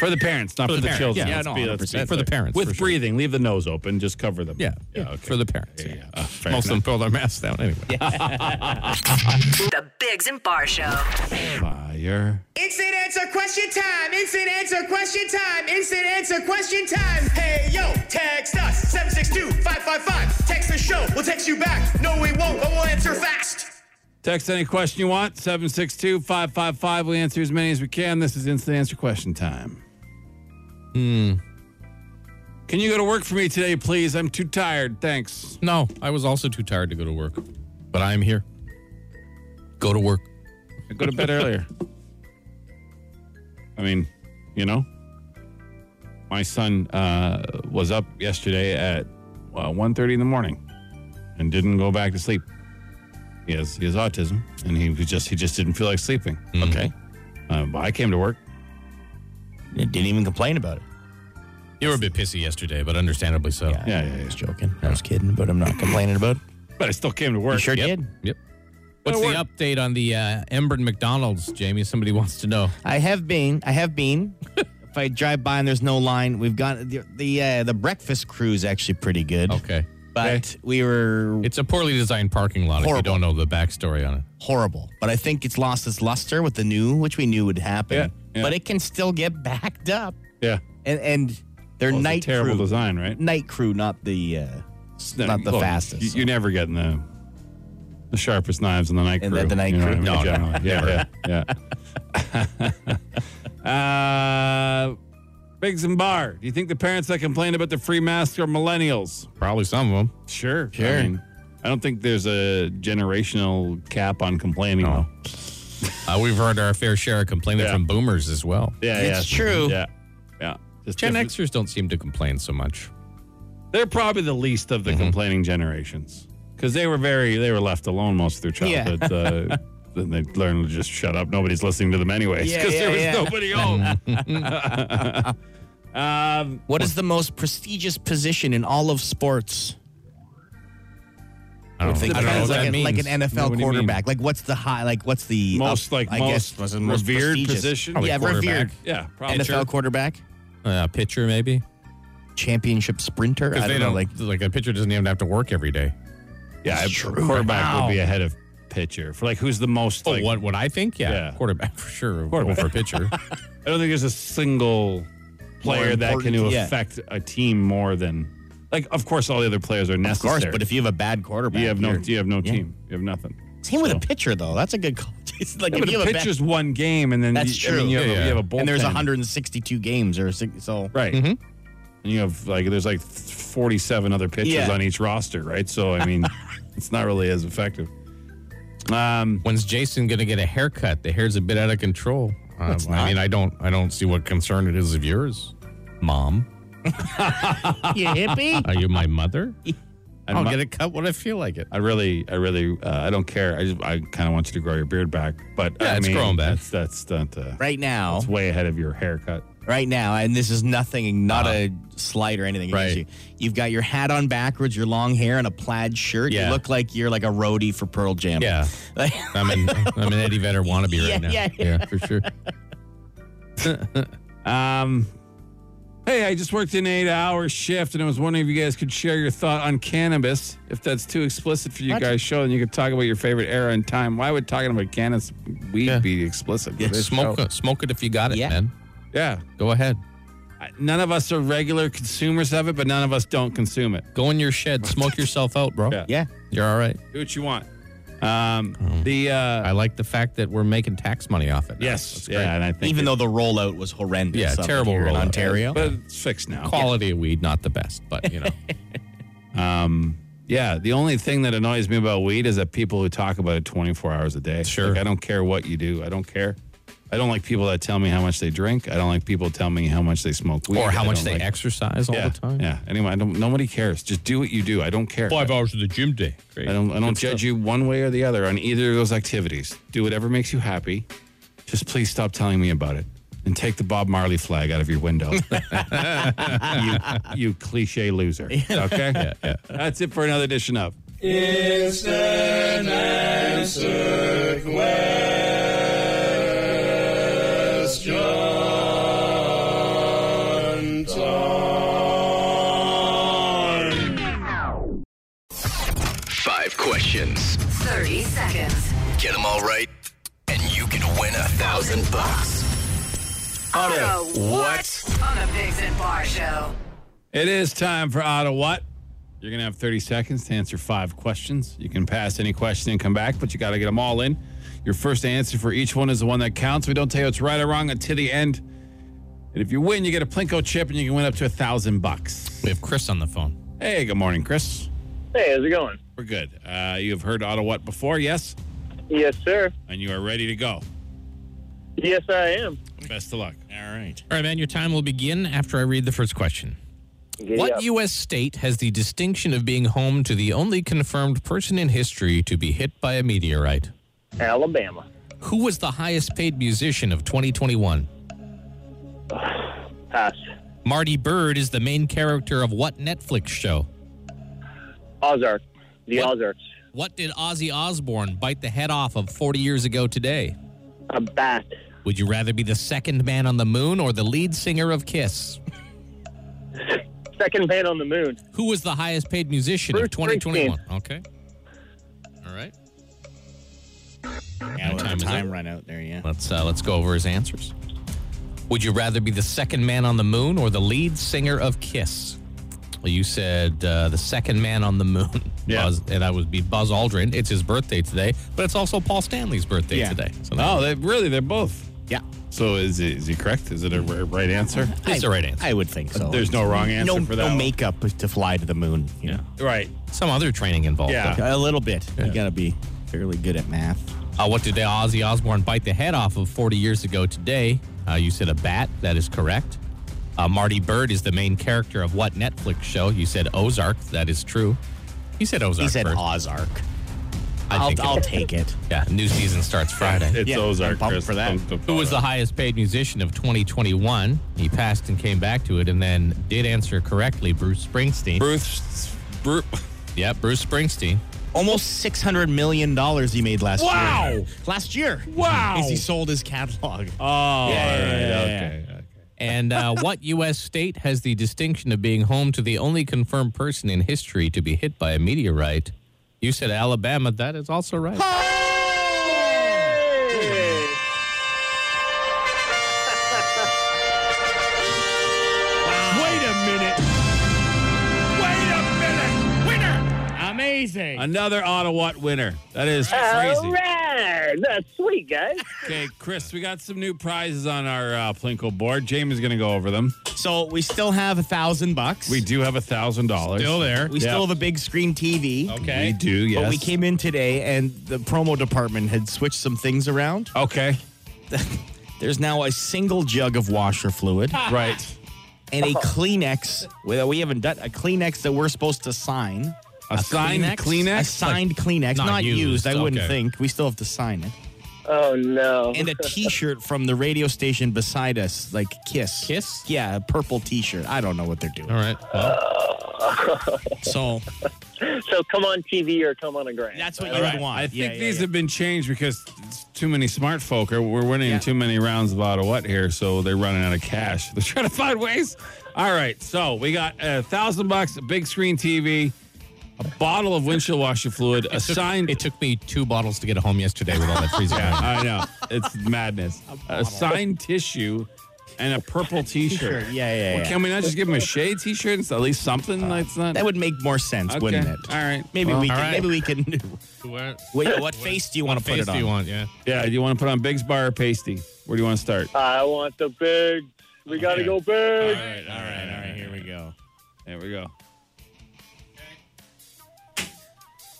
Speaker 2: For the parents, not for,
Speaker 3: the
Speaker 2: the,
Speaker 3: parents.
Speaker 2: children.
Speaker 3: Yeah,
Speaker 2: Let's
Speaker 3: no,
Speaker 2: be- let's
Speaker 3: 100%.
Speaker 2: be
Speaker 3: For the
Speaker 2: clear.
Speaker 3: parents,
Speaker 2: With
Speaker 3: for sure.
Speaker 2: breathing, leave the nose open, just cover them.
Speaker 3: Yeah.
Speaker 2: Yeah, okay.
Speaker 3: For the parents.
Speaker 2: Yeah, yeah. Uh, fair
Speaker 3: Most of them throw their masks down anyway.
Speaker 7: The Bigs and Bar Show.
Speaker 2: Fire.
Speaker 8: Instant answer question time. Instant answer question time. Instant answer question time. Hey yo, text us 762-555. Text the show. We'll text you back. No, we won't, but we'll answer fast.
Speaker 2: Text any question you want, 762 555. We answer as many as we can. This is instant answer question time. Hmm. Can you go to work for me today, please? I'm too tired. Thanks.
Speaker 3: No, I was also too tired to go to work, but I'm here. Go to work.
Speaker 2: I go to bed earlier. I mean, you know, my son uh, was up yesterday at uh, 1.30 in the morning and didn't go back to sleep. He has, he has autism, and he was just he just didn't feel like sleeping.
Speaker 4: Okay.
Speaker 2: Uh, but I came to work.
Speaker 4: Didn't even complain about it.
Speaker 3: You were a bit pissy yesterday, but understandably so.
Speaker 2: Yeah, yeah, yeah.
Speaker 4: Joking. I was kidding, but I'm not complaining about it.
Speaker 2: But I still came to work.
Speaker 4: You sure did.
Speaker 3: Yep. What's the update on the uh, Embern McDonald's, Jamie? Somebody wants to know.
Speaker 4: I have been. I have been. *laughs* if I drive by and there's no line, we've got the the, uh, the breakfast crew is actually pretty good.
Speaker 3: Okay.
Speaker 4: But we were
Speaker 3: It's a poorly designed parking lot if you
Speaker 4: Horrible.
Speaker 3: don't know the backstory on it.
Speaker 4: horrible. But I think it's lost its luster with the new, which we knew would happen.
Speaker 2: Yeah, yeah.
Speaker 4: But it can still get *laughs* backed up.
Speaker 2: Yeah.
Speaker 4: And and their
Speaker 2: Well, it's a
Speaker 4: night
Speaker 2: terrible
Speaker 4: crew,
Speaker 2: design, right?
Speaker 4: night crew, not the uh, not the
Speaker 2: Look,
Speaker 4: fastest.
Speaker 2: You, are never getting the the sharpest knives in the night
Speaker 4: In
Speaker 2: crew.
Speaker 4: the- the night
Speaker 2: you know
Speaker 4: crew?
Speaker 2: what
Speaker 4: No, no,
Speaker 2: I mean, generally. yeah, yeah, yeah. *laughs* uh, Bigs and Bar, do you think the parents that complain about the free mask are millennials?
Speaker 3: Probably some of them.
Speaker 2: Sure, sure. I, mean, I don't think there's a generational cap on complaining. though.
Speaker 3: Uh, we've heard our fair share of complaining
Speaker 2: Yeah.
Speaker 3: from boomers as well.
Speaker 2: Yeah,
Speaker 4: It's
Speaker 2: yeah.
Speaker 4: true.
Speaker 2: Yeah, yeah. Just
Speaker 3: Gen
Speaker 2: different-
Speaker 3: Xers don't seem to complain so much.
Speaker 2: They're probably the least of the
Speaker 4: Mm-hmm.
Speaker 2: complaining generations because they were very they were left alone most of their
Speaker 4: Yeah.
Speaker 2: childhood. Uh,
Speaker 4: *laughs*
Speaker 2: then they learned to just shut up. Nobody's listening to them anyways
Speaker 4: Yeah,
Speaker 2: because
Speaker 4: yeah,
Speaker 2: there was
Speaker 4: yeah. Mm-hmm.
Speaker 2: nobody home. um,
Speaker 4: What is the most prestigious position in all of sports?
Speaker 3: I don't, think, I don't know what
Speaker 4: Depends,
Speaker 3: that
Speaker 4: like, a-
Speaker 3: means.
Speaker 4: like an NFL
Speaker 2: What do you mean?
Speaker 4: quarterback. Like what's the high? Like what's the
Speaker 2: most
Speaker 4: up-
Speaker 2: like
Speaker 4: I
Speaker 2: most,
Speaker 4: guess, was the most
Speaker 2: revered
Speaker 4: prestigious? Oh,
Speaker 2: position.
Speaker 3: Probably
Speaker 4: yeah,
Speaker 3: quarterback.
Speaker 4: revered
Speaker 2: yeah, probably.
Speaker 4: NFL quarterback,
Speaker 3: uh, pitcher, maybe?
Speaker 4: championship sprinter. I
Speaker 3: Because
Speaker 4: don't,
Speaker 3: they
Speaker 4: know.
Speaker 3: don't,
Speaker 4: Like
Speaker 3: like, like a pitcher doesn't even have to work every day.
Speaker 2: Yeah,
Speaker 4: It's true.
Speaker 2: quarterback would be ahead of pitcher for like who's the most
Speaker 3: Oh,
Speaker 2: like
Speaker 3: what what I think? Yeah,
Speaker 2: Yeah.
Speaker 3: quarterback *laughs* for sure.
Speaker 2: Quarterback.
Speaker 3: Quarterback for pitcher.
Speaker 2: I don't think there's a single player that can
Speaker 4: important, yeah.
Speaker 2: affect a team more than like of course all the other players are
Speaker 4: Of
Speaker 2: necessary.
Speaker 4: course, but if you have a bad quarterback,
Speaker 2: you have no
Speaker 4: you're-
Speaker 2: you have no team. You have nothing.
Speaker 4: Same with a pitcher though. That's a good call. *laughs* It's like
Speaker 2: Yeah,
Speaker 4: if
Speaker 2: but
Speaker 4: you
Speaker 2: a
Speaker 4: have a bad-
Speaker 2: pitcher's one game and then
Speaker 4: That's
Speaker 2: you, I mean,
Speaker 4: true.
Speaker 2: you, have
Speaker 3: Yeah,
Speaker 2: a,
Speaker 3: yeah.
Speaker 2: you have a bullpen.
Speaker 4: and there's 162 games or six, so
Speaker 2: Right. And you have like there's like 47 other pitchers
Speaker 4: Yeah.
Speaker 2: on each roster, right? So I *laughs* mean, it's not really as effective. Um,
Speaker 3: When's Jason gonna get a haircut? The hair's a bit out of control. Um, I mean, I don't I don't see what concern it is of yours, Mom.
Speaker 4: you hippie.
Speaker 3: Are you my mother?
Speaker 2: I,
Speaker 3: I'll
Speaker 2: mu-
Speaker 3: get a cut when I feel like it.
Speaker 2: I really, I really, uh, I don't care. I just, I kind of want you to grow your beard back, but
Speaker 3: Yeah,
Speaker 2: I
Speaker 3: it's
Speaker 2: mean,
Speaker 3: growing back.
Speaker 2: That's that's not, uh,
Speaker 4: Right now,
Speaker 2: It's way ahead of your haircut.
Speaker 4: right now, and this is nothing, not a slight or anything against
Speaker 3: Uh-huh. Right.
Speaker 4: you. You've got your hat on backwards, your long hair, and a plaid shirt.
Speaker 3: Yeah.
Speaker 4: You look like you're like a roadie for Pearl Jam.
Speaker 3: Yeah,
Speaker 4: *laughs*
Speaker 3: Uh,
Speaker 4: Like-
Speaker 3: I'm an I'm an Eddie Vedder wannabe
Speaker 4: Yeah,
Speaker 3: right now.
Speaker 4: yeah,
Speaker 3: for sure.
Speaker 2: Um, hey, I just worked an eight-hour shift, and I was wondering if you guys could share your thought on cannabis. If that's too explicit for you guys' show, then you could talk about your favorite era and time. Why would talking about cannabis weed be explicit? for this
Speaker 3: Smoke
Speaker 2: show?
Speaker 3: it, smoke it if you got it,
Speaker 4: Yeah.
Speaker 3: man.
Speaker 2: Yeah,
Speaker 3: Go ahead.
Speaker 2: I- none of us are regular consumers of it, but none of us don't consume it.
Speaker 3: Go in your shed. Smoke yourself out, bro.
Speaker 2: Yeah.
Speaker 4: yeah.
Speaker 3: You're all right.
Speaker 2: Do what you want. Um,
Speaker 3: Oh.
Speaker 2: the uh,
Speaker 3: I like the fact that we're making tax money off it. now. That's
Speaker 2: yes,
Speaker 3: great.
Speaker 2: yeah, and I think
Speaker 4: Even
Speaker 2: it-
Speaker 4: though the rollout was horrendous.
Speaker 3: Yeah,
Speaker 4: up
Speaker 3: terrible
Speaker 4: here in
Speaker 3: rollout.
Speaker 4: Ontario.
Speaker 2: but it's fixed now.
Speaker 3: Quality of weed, not the best, but you know.
Speaker 2: Yeah, the only thing that annoys me about weed is that people who talk about it 24 hours a day.
Speaker 3: Sure.
Speaker 2: Like, I don't care what you do. I don't care. I don't like people that tell me how much they drink. I don't like people tell me how much they smoke weed.
Speaker 3: or
Speaker 2: I
Speaker 3: how much
Speaker 2: don't
Speaker 3: they
Speaker 2: like-
Speaker 3: exercise all
Speaker 2: yeah,
Speaker 3: the time.
Speaker 2: Yeah. Anyway, I don't, nobody cares. Just do what you do. I don't care.
Speaker 3: hours of the gym day. Great.
Speaker 2: I don't. I don't judge you one way or the other on either of those activities. Do whatever makes you happy. Just please stop telling me about it and take the Bob Marley flag out of your window. you, you cliche loser. Okay. That's it for another edition of.
Speaker 1: Five questions.
Speaker 7: 30 seconds.
Speaker 1: Get them all right, and you can win a thousand bucks. On a what?
Speaker 7: On the Bigs and Bar Show.
Speaker 2: It is time for Auto What. You're going to have 30 seconds to answer five questions. You can pass any question and come back, but you got to get them all in. Your first answer for each one is the one that counts. We don't tell you it's right or wrong until the end. And if you win, you get a Plinko chip and you can win up to a thousand bucks.
Speaker 3: We have Chris on the phone.
Speaker 2: Hey, good morning, Chris.
Speaker 9: Hey, how's it going?
Speaker 2: We're good. Uh, you have heard Auto What before, yes?
Speaker 9: Yes, sir.
Speaker 2: And you are ready to go.
Speaker 9: Yes, I am.
Speaker 2: Best of luck.
Speaker 4: All right.
Speaker 3: All right, man, your time will begin after I read the first question.
Speaker 9: Giddy
Speaker 3: What
Speaker 9: up.
Speaker 3: U.S. state has the distinction of being home to the only confirmed person in history to be hit by a meteorite?
Speaker 9: Alabama.
Speaker 3: Who was the highest paid musician of 2021?
Speaker 9: Pass.
Speaker 3: Marty Bird is the main character of what Netflix show?
Speaker 9: Ozark. The
Speaker 3: What?
Speaker 9: Ozarks.
Speaker 3: What did Ozzy Osbourne bite the head off of 40 years ago today?
Speaker 9: A bat.
Speaker 3: Would you rather be the second man on the moon or the lead singer of Kiss?
Speaker 9: Second man on the moon.
Speaker 3: Who was the highest paid musician of
Speaker 9: Bruce
Speaker 3: 2021? Okay. All right.
Speaker 4: Yeah,
Speaker 3: time
Speaker 4: time,
Speaker 3: is
Speaker 4: time
Speaker 3: up.
Speaker 4: run out there. Yeah.
Speaker 3: Let's uh, let's go over his answers. Would you rather be the second man on the moon or the lead singer of Kiss? Well, you said uh, the second man on the moon.
Speaker 2: Yeah.
Speaker 3: Buzz, and that would be Buzz Aldrin. It's his birthday today, but it's also Paul Stanley's birthday
Speaker 4: Yeah.
Speaker 3: today. So
Speaker 2: Oh, they, really? They're both.
Speaker 4: Yeah.
Speaker 2: So is it, is it correct? Is it a r- right answer?
Speaker 3: that's the right answer.
Speaker 4: I would think so.
Speaker 2: There's no wrong answer
Speaker 4: no,
Speaker 2: for that.
Speaker 4: no
Speaker 2: one.
Speaker 4: makeup to fly to the moon. You know?
Speaker 2: Right.
Speaker 3: Some other training involved.
Speaker 2: Yeah.
Speaker 4: A little bit. You gotta be fairly good at math.
Speaker 3: Uh, what did Ozzy Osbourne bite the head off of 40 years ago today? Uh, you said a bat. That is correct. Uh, Marty Bird is the main character of what Netflix show? You said Ozark. That is true. You said Ozark.
Speaker 4: He said
Speaker 3: first.
Speaker 4: Ozark.
Speaker 3: I
Speaker 4: I'll,
Speaker 3: think it
Speaker 4: I'll
Speaker 3: is.
Speaker 4: take it.
Speaker 3: Yeah, new season starts Friday.
Speaker 2: It's
Speaker 4: Yeah,
Speaker 2: Ozark,
Speaker 4: I'm pumped
Speaker 2: Chris.
Speaker 4: for that.
Speaker 2: Don't- don't
Speaker 3: Who was the
Speaker 2: bother.
Speaker 3: highest paid musician of 2021? He passed and came back to it and then did answer correctly Bruce Springsteen.
Speaker 2: Bruce? Bruce.
Speaker 3: Yep, Bruce Springsteen.
Speaker 4: Almost six hundred million dollars he made last year. Wow! Last year.
Speaker 2: Wow.
Speaker 4: Because he sold his catalog.
Speaker 2: Oh, all right.
Speaker 4: yeah, yeah,
Speaker 2: okay. okay. *laughs*
Speaker 3: And uh, what U.S. state has the distinction of being home to the only confirmed person in history to be hit by a meteorite? You said Alabama. That is also right.
Speaker 6: amazing.
Speaker 2: Another Ottawa winner. That is
Speaker 9: All
Speaker 2: crazy.
Speaker 9: right. That's sweet, guys.
Speaker 2: Okay, Chris, we got some new prizes on our uh, Plinko board. Jamie's going to go over them.
Speaker 4: So we still have a thousand bucks.
Speaker 2: We do have a thousand dollars.
Speaker 3: Still there.
Speaker 4: We
Speaker 2: Yeah.
Speaker 4: still have a big screen TV.
Speaker 2: We
Speaker 3: Okay.
Speaker 2: do. Yes.
Speaker 4: But we came in today and the promo department had switched some things around.
Speaker 2: Okay.
Speaker 4: There's now a single jug of washer fluid
Speaker 2: Right.
Speaker 4: and a Kleenex. Well, we haven't done a Kleenex that we're supposed to sign.
Speaker 2: A, signed Kleenex.
Speaker 4: A signed Kleenex.
Speaker 3: not
Speaker 4: Not, used,
Speaker 3: used,
Speaker 4: I wouldn't
Speaker 3: okay.
Speaker 4: think. We still have to sign it.
Speaker 9: *laughs* Oh, no.
Speaker 4: And a t shirt from the radio station beside us, like Kiss.
Speaker 3: Kiss?
Speaker 4: Yeah, a purple t shirt. I don't know what they're doing.
Speaker 3: All right. Well,
Speaker 4: *laughs* So
Speaker 9: So come on TV or come on a Uh, grant.
Speaker 4: that's what
Speaker 9: All
Speaker 4: you
Speaker 9: right.
Speaker 4: would want.
Speaker 2: I think
Speaker 4: Yeah, yeah,
Speaker 2: these
Speaker 4: yeah.
Speaker 2: have been changed because it's too many smart folk are we're winning too many rounds of auto what here, so they're running out of cash. *laughs* They're trying to find ways. All right, so we got a thousand bucks, a big screen TV, a bottle of windshield washer fluid, a signed.
Speaker 3: it took me two bottles to get home yesterday with all that *laughs* freezer.
Speaker 2: yeah, I know it's madness. A, signed tissue and a
Speaker 4: *laughs*
Speaker 2: purple T-shirt.
Speaker 4: Sure, Yeah, yeah, yeah.
Speaker 2: Well, can we not just give him a shade T-shirt? It's at least something that's not.
Speaker 4: that would make more sense,
Speaker 2: Okay.
Speaker 4: wouldn't it?
Speaker 2: All right.
Speaker 4: Maybe
Speaker 2: Well,
Speaker 4: we
Speaker 2: all
Speaker 4: can.
Speaker 2: right.
Speaker 4: Maybe we can. Wait, what face do you want to put
Speaker 3: Face
Speaker 4: it on?
Speaker 3: do you want? Yeah.
Speaker 2: Yeah. Do you want to put on Biggs bar or pasty? Where do you want to start?
Speaker 9: I want the big. We got to go
Speaker 2: All
Speaker 9: big.
Speaker 2: right. All right. All right. Here we
Speaker 4: go.
Speaker 2: There we go.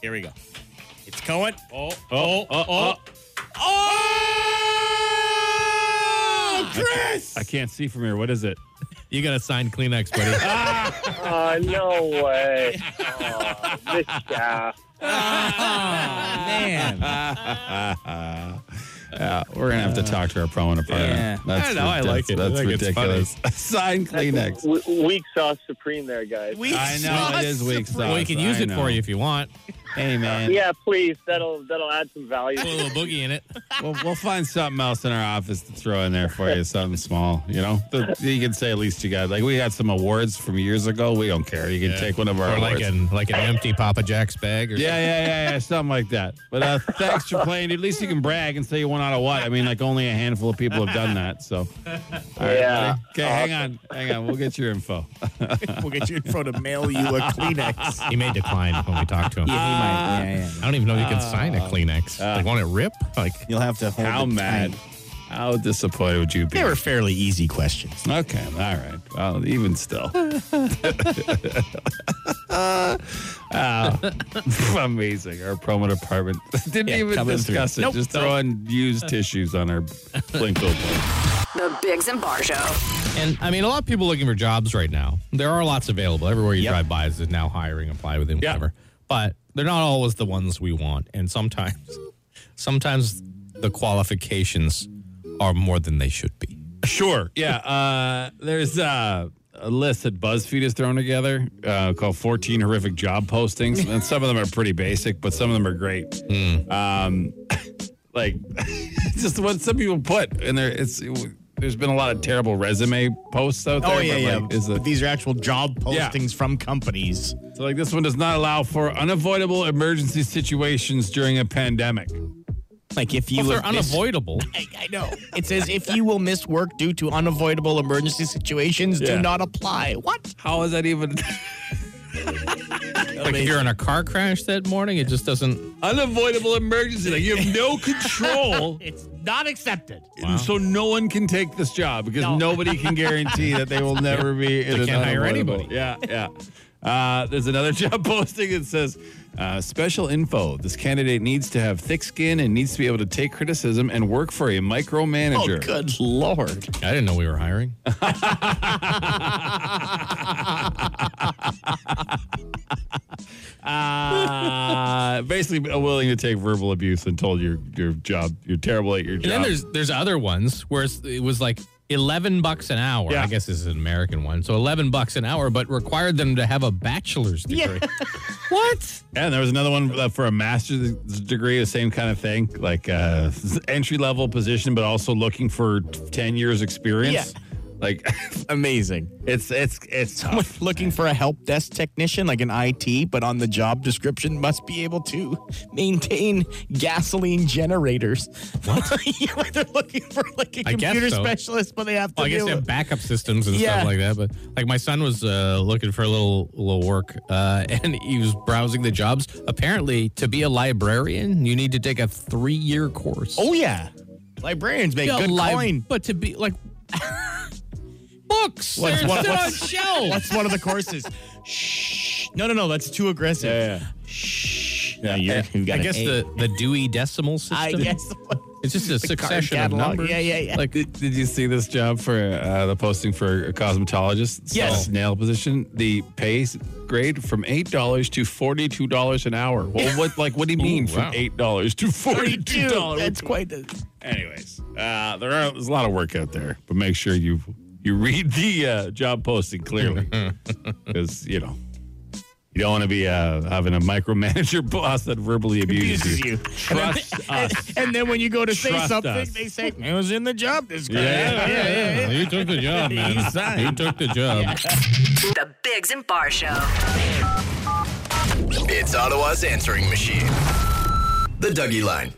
Speaker 4: Here we go. It's Cohen.
Speaker 2: Oh, oh, oh, oh. Chris! I can't see from here. What is it?
Speaker 3: You got a signed
Speaker 2: *laughs*
Speaker 3: Kleenex, buddy.
Speaker 2: Ah!
Speaker 9: Oh, no *laughs* way. Oh, this guy.
Speaker 4: Man.
Speaker 2: Uh, we're gonna have to talk to our promo department.
Speaker 4: Yeah.
Speaker 2: That's
Speaker 3: I know, I like
Speaker 2: ridiculous.
Speaker 3: it. I think it's
Speaker 2: That's ridiculous. *laughs* Sign Kleenex.
Speaker 9: W- weak sauce supreme there, guys.
Speaker 4: We
Speaker 2: I know it is weak sauce.
Speaker 3: well, we can use
Speaker 2: I
Speaker 3: it for
Speaker 2: know.
Speaker 3: you if you want.
Speaker 2: Hey man,
Speaker 9: Yeah, please. That'll that'll add some value.
Speaker 3: Put a little boogie in it.
Speaker 2: we'll, we'll find something else in our office to throw in there for you. Something small, you know. The- you can say at least you got like we got some awards from years ago. We don't care. You can take one of our
Speaker 3: Or
Speaker 2: awards.
Speaker 3: like an like an empty Papa Jack's bag or
Speaker 2: Yeah, yeah, yeah, yeah, something like that. But uh, thanks for playing. At least you can brag and say you won out of what. I mean, like only a handful of people have done that. So,
Speaker 9: yeah.
Speaker 2: okay, hang on, hang on. We'll get your info.
Speaker 4: We'll get you in front of mail you *laughs* a Kleenex.
Speaker 3: He may decline when we talk to him.
Speaker 4: yeah, yeah.
Speaker 3: I don't even know if you can sign
Speaker 2: Uh,
Speaker 3: a Kleenex. like, want it rip? Like,
Speaker 4: You'll have to hold
Speaker 2: How
Speaker 4: it
Speaker 2: mad?
Speaker 4: tight.
Speaker 2: How disappointed would you be?
Speaker 4: They were fairly easy questions.
Speaker 2: Okay, all right. Well, even *laughs* still. Oh. Wow. amazing. Our promo department *laughs* didn't even
Speaker 4: coming through.
Speaker 2: discuss it.
Speaker 4: Nope.
Speaker 2: Just throwing *laughs* used tissues on our Blinko *laughs* board.
Speaker 7: The Bigs and Bar Show.
Speaker 3: and I mean, a lot of people looking for jobs right now. There are lots available. Everywhere you
Speaker 4: Yep.
Speaker 3: drive by is now hiring, apply with them,
Speaker 2: Yeah.
Speaker 3: whatever. But they're not always the ones we want. And sometimes, sometimes the qualifications are more than they should be.
Speaker 2: Sure. Yeah. Uh, there's uh, a list that BuzzFeed has thrown together uh, called 14 horrific job postings, and some of them are pretty basic, but some of them are great.
Speaker 3: Hmm.
Speaker 2: Um, *laughs* like *laughs* just what some people put in there. It's there's been a lot of terrible resume posts out there.
Speaker 4: Oh yeah,
Speaker 2: but,
Speaker 4: yeah.
Speaker 2: Like, is
Speaker 4: but
Speaker 2: it,
Speaker 4: these are actual job
Speaker 2: Yeah.
Speaker 4: postings from companies.
Speaker 2: so like this one does not allow for unavoidable emergency situations during a pandemic.
Speaker 4: Like if you
Speaker 3: Well, they're
Speaker 4: have missed-
Speaker 3: unavoidable.
Speaker 4: I, I know. It says if you will miss work due to unavoidable emergency situations,
Speaker 2: Yeah.
Speaker 4: do not apply. What?
Speaker 2: How is that even *laughs*
Speaker 3: Like if you're in a car crash that morning, it just doesn't.
Speaker 2: unavoidable emergency? Like you have no
Speaker 3: *laughs*
Speaker 2: control.
Speaker 4: It's not accepted.
Speaker 2: And so no one can take this job because nobody can guarantee that
Speaker 3: *laughs*
Speaker 2: they will never be. in
Speaker 3: They
Speaker 2: an
Speaker 3: can't hire
Speaker 2: unavoidable-
Speaker 3: anybody.
Speaker 2: Yeah, yeah. Uh, there's another *laughs* job posting that says uh, special info. This candidate needs to have thick skin and needs to be able to take criticism and work for a
Speaker 4: Oh,
Speaker 2: micromanager.
Speaker 4: good lord.
Speaker 3: I didn't know we were
Speaker 4: *laughs*
Speaker 3: hiring.
Speaker 2: Uh, basically, willing to take verbal abuse and told your your job you're terrible at your job.
Speaker 3: And then there's there's other ones where it's, it was like eleven bucks an hour.
Speaker 2: Yeah.
Speaker 3: I guess this is an American one, so eleven bucks an hour, but required them to have a bachelor's degree.
Speaker 4: *laughs*
Speaker 3: what?
Speaker 2: And there was another one uh, for a master's degree, the same kind of thing, *laughs* like uh, entry level position, but also looking for 10 years experience. Like, *laughs*
Speaker 6: Amazing.
Speaker 2: it's it's
Speaker 3: *laughs*
Speaker 2: it's
Speaker 6: Someone
Speaker 2: tough.
Speaker 6: looking for a help desk technician, like an IT, but on the job description must be able to maintain gasoline generators. *laughs* What? They're looking for like a
Speaker 3: I guess
Speaker 6: computer
Speaker 3: so.
Speaker 6: specialist, but they have to.
Speaker 3: Well, I guess
Speaker 6: deal
Speaker 3: they have
Speaker 6: with-
Speaker 3: backup systems and
Speaker 6: Yeah.
Speaker 3: stuff like that. But like my son was uh, looking for a little little work, uh, *laughs* and he was browsing the jobs. Apparently, to be a librarian, you need to take a three year course.
Speaker 6: oh yeah, librarians make
Speaker 3: Yeah,
Speaker 6: good
Speaker 3: li-
Speaker 6: coin.
Speaker 3: but to be like *laughs* books,
Speaker 6: What's-
Speaker 3: they're
Speaker 6: what-
Speaker 3: still on
Speaker 6: what's-
Speaker 3: shelves.
Speaker 6: That's one of the
Speaker 3: *laughs*
Speaker 6: courses. Shh. No, no, no. That's too aggressive. Shh. Yeah, you're, you've got
Speaker 3: I
Speaker 6: an
Speaker 3: guess
Speaker 6: A.
Speaker 3: the, the Dewey Decimal System.
Speaker 6: I guess.
Speaker 3: it's just a succession of
Speaker 6: catalog.
Speaker 3: numbers.
Speaker 6: Yeah, yeah,
Speaker 2: *laughs*
Speaker 6: yeah.
Speaker 2: Like, did, did you see this job for uh, the posting for a cosmetologist?
Speaker 6: Yes.
Speaker 2: So, nail position. The pay s- grade from eight dollars to forty two dollars an hour.
Speaker 6: *laughs*
Speaker 2: Well, what like what do you mean
Speaker 3: wow.
Speaker 2: from eight dollars to forty two dollars?
Speaker 6: That's quite the.
Speaker 2: Anyways, uh, there are there's a lot of work out there, but make sure you you read the uh, job posting
Speaker 6: *laughs*
Speaker 2: clearly, because you know you don't want to be uh, having a micromanager *laughs* boss that verbally abuses you. Trust us.
Speaker 6: *laughs* And then when you go to say
Speaker 2: Trust
Speaker 6: something,
Speaker 2: us.
Speaker 6: they say it was in the *laughs* job description.
Speaker 2: Yeah,
Speaker 3: yeah. You took the job, man. You took the job.
Speaker 7: The Bigs and Bar Show.
Speaker 1: It's Ottawa's answering machine. The Dougie Line.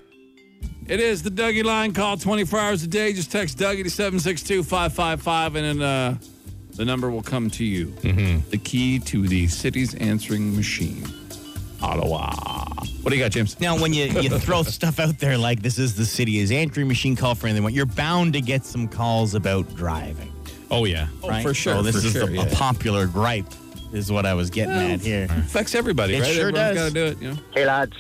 Speaker 2: It is the Dougie line. Call 24 hours a day. Just text Dougie to 762 555, and then uh, the number will come to you. The key to the city's answering machine. Ottawa. What do you got, James?
Speaker 4: Now, when you, you throw *laughs* stuff out there like this is the city is answering machine call for anyone, you're bound to get some calls about driving.
Speaker 3: Oh yeah.
Speaker 4: right?
Speaker 2: for sure,
Speaker 4: So this
Speaker 2: for
Speaker 4: is
Speaker 2: sure,
Speaker 4: the,
Speaker 2: yeah.
Speaker 4: a popular gripe, is what I was getting at here.
Speaker 2: Affects everybody,
Speaker 4: It
Speaker 2: right?
Speaker 4: sure
Speaker 2: Everyone's
Speaker 4: does.
Speaker 2: gotta do it, you know?
Speaker 9: Hey, lads.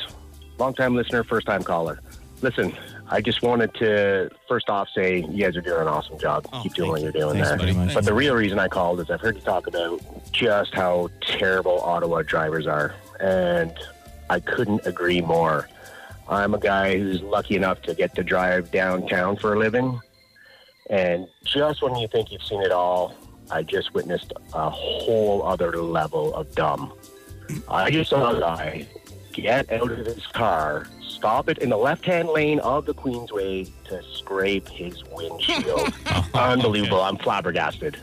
Speaker 9: Long time listener, first time caller. Listen, I just wanted to first off say you guys are doing an awesome job. Keep doing what you're doing
Speaker 4: Oh, Thanks
Speaker 9: there.
Speaker 4: very much.
Speaker 9: But the real reason I called is I've heard you talk about just how terrible Ottawa drivers are. And I couldn't agree more. I'm a guy who's lucky enough to get to drive downtown for a living. And just when you think you've seen it all, I just witnessed a whole other level of dumb. I just saw a guy get out of his car, stop it in the left hand lane of the Queensway to scrape his
Speaker 3: *laughs* Oh,
Speaker 9: windshield. Unbelievable. I'm flabbergasted.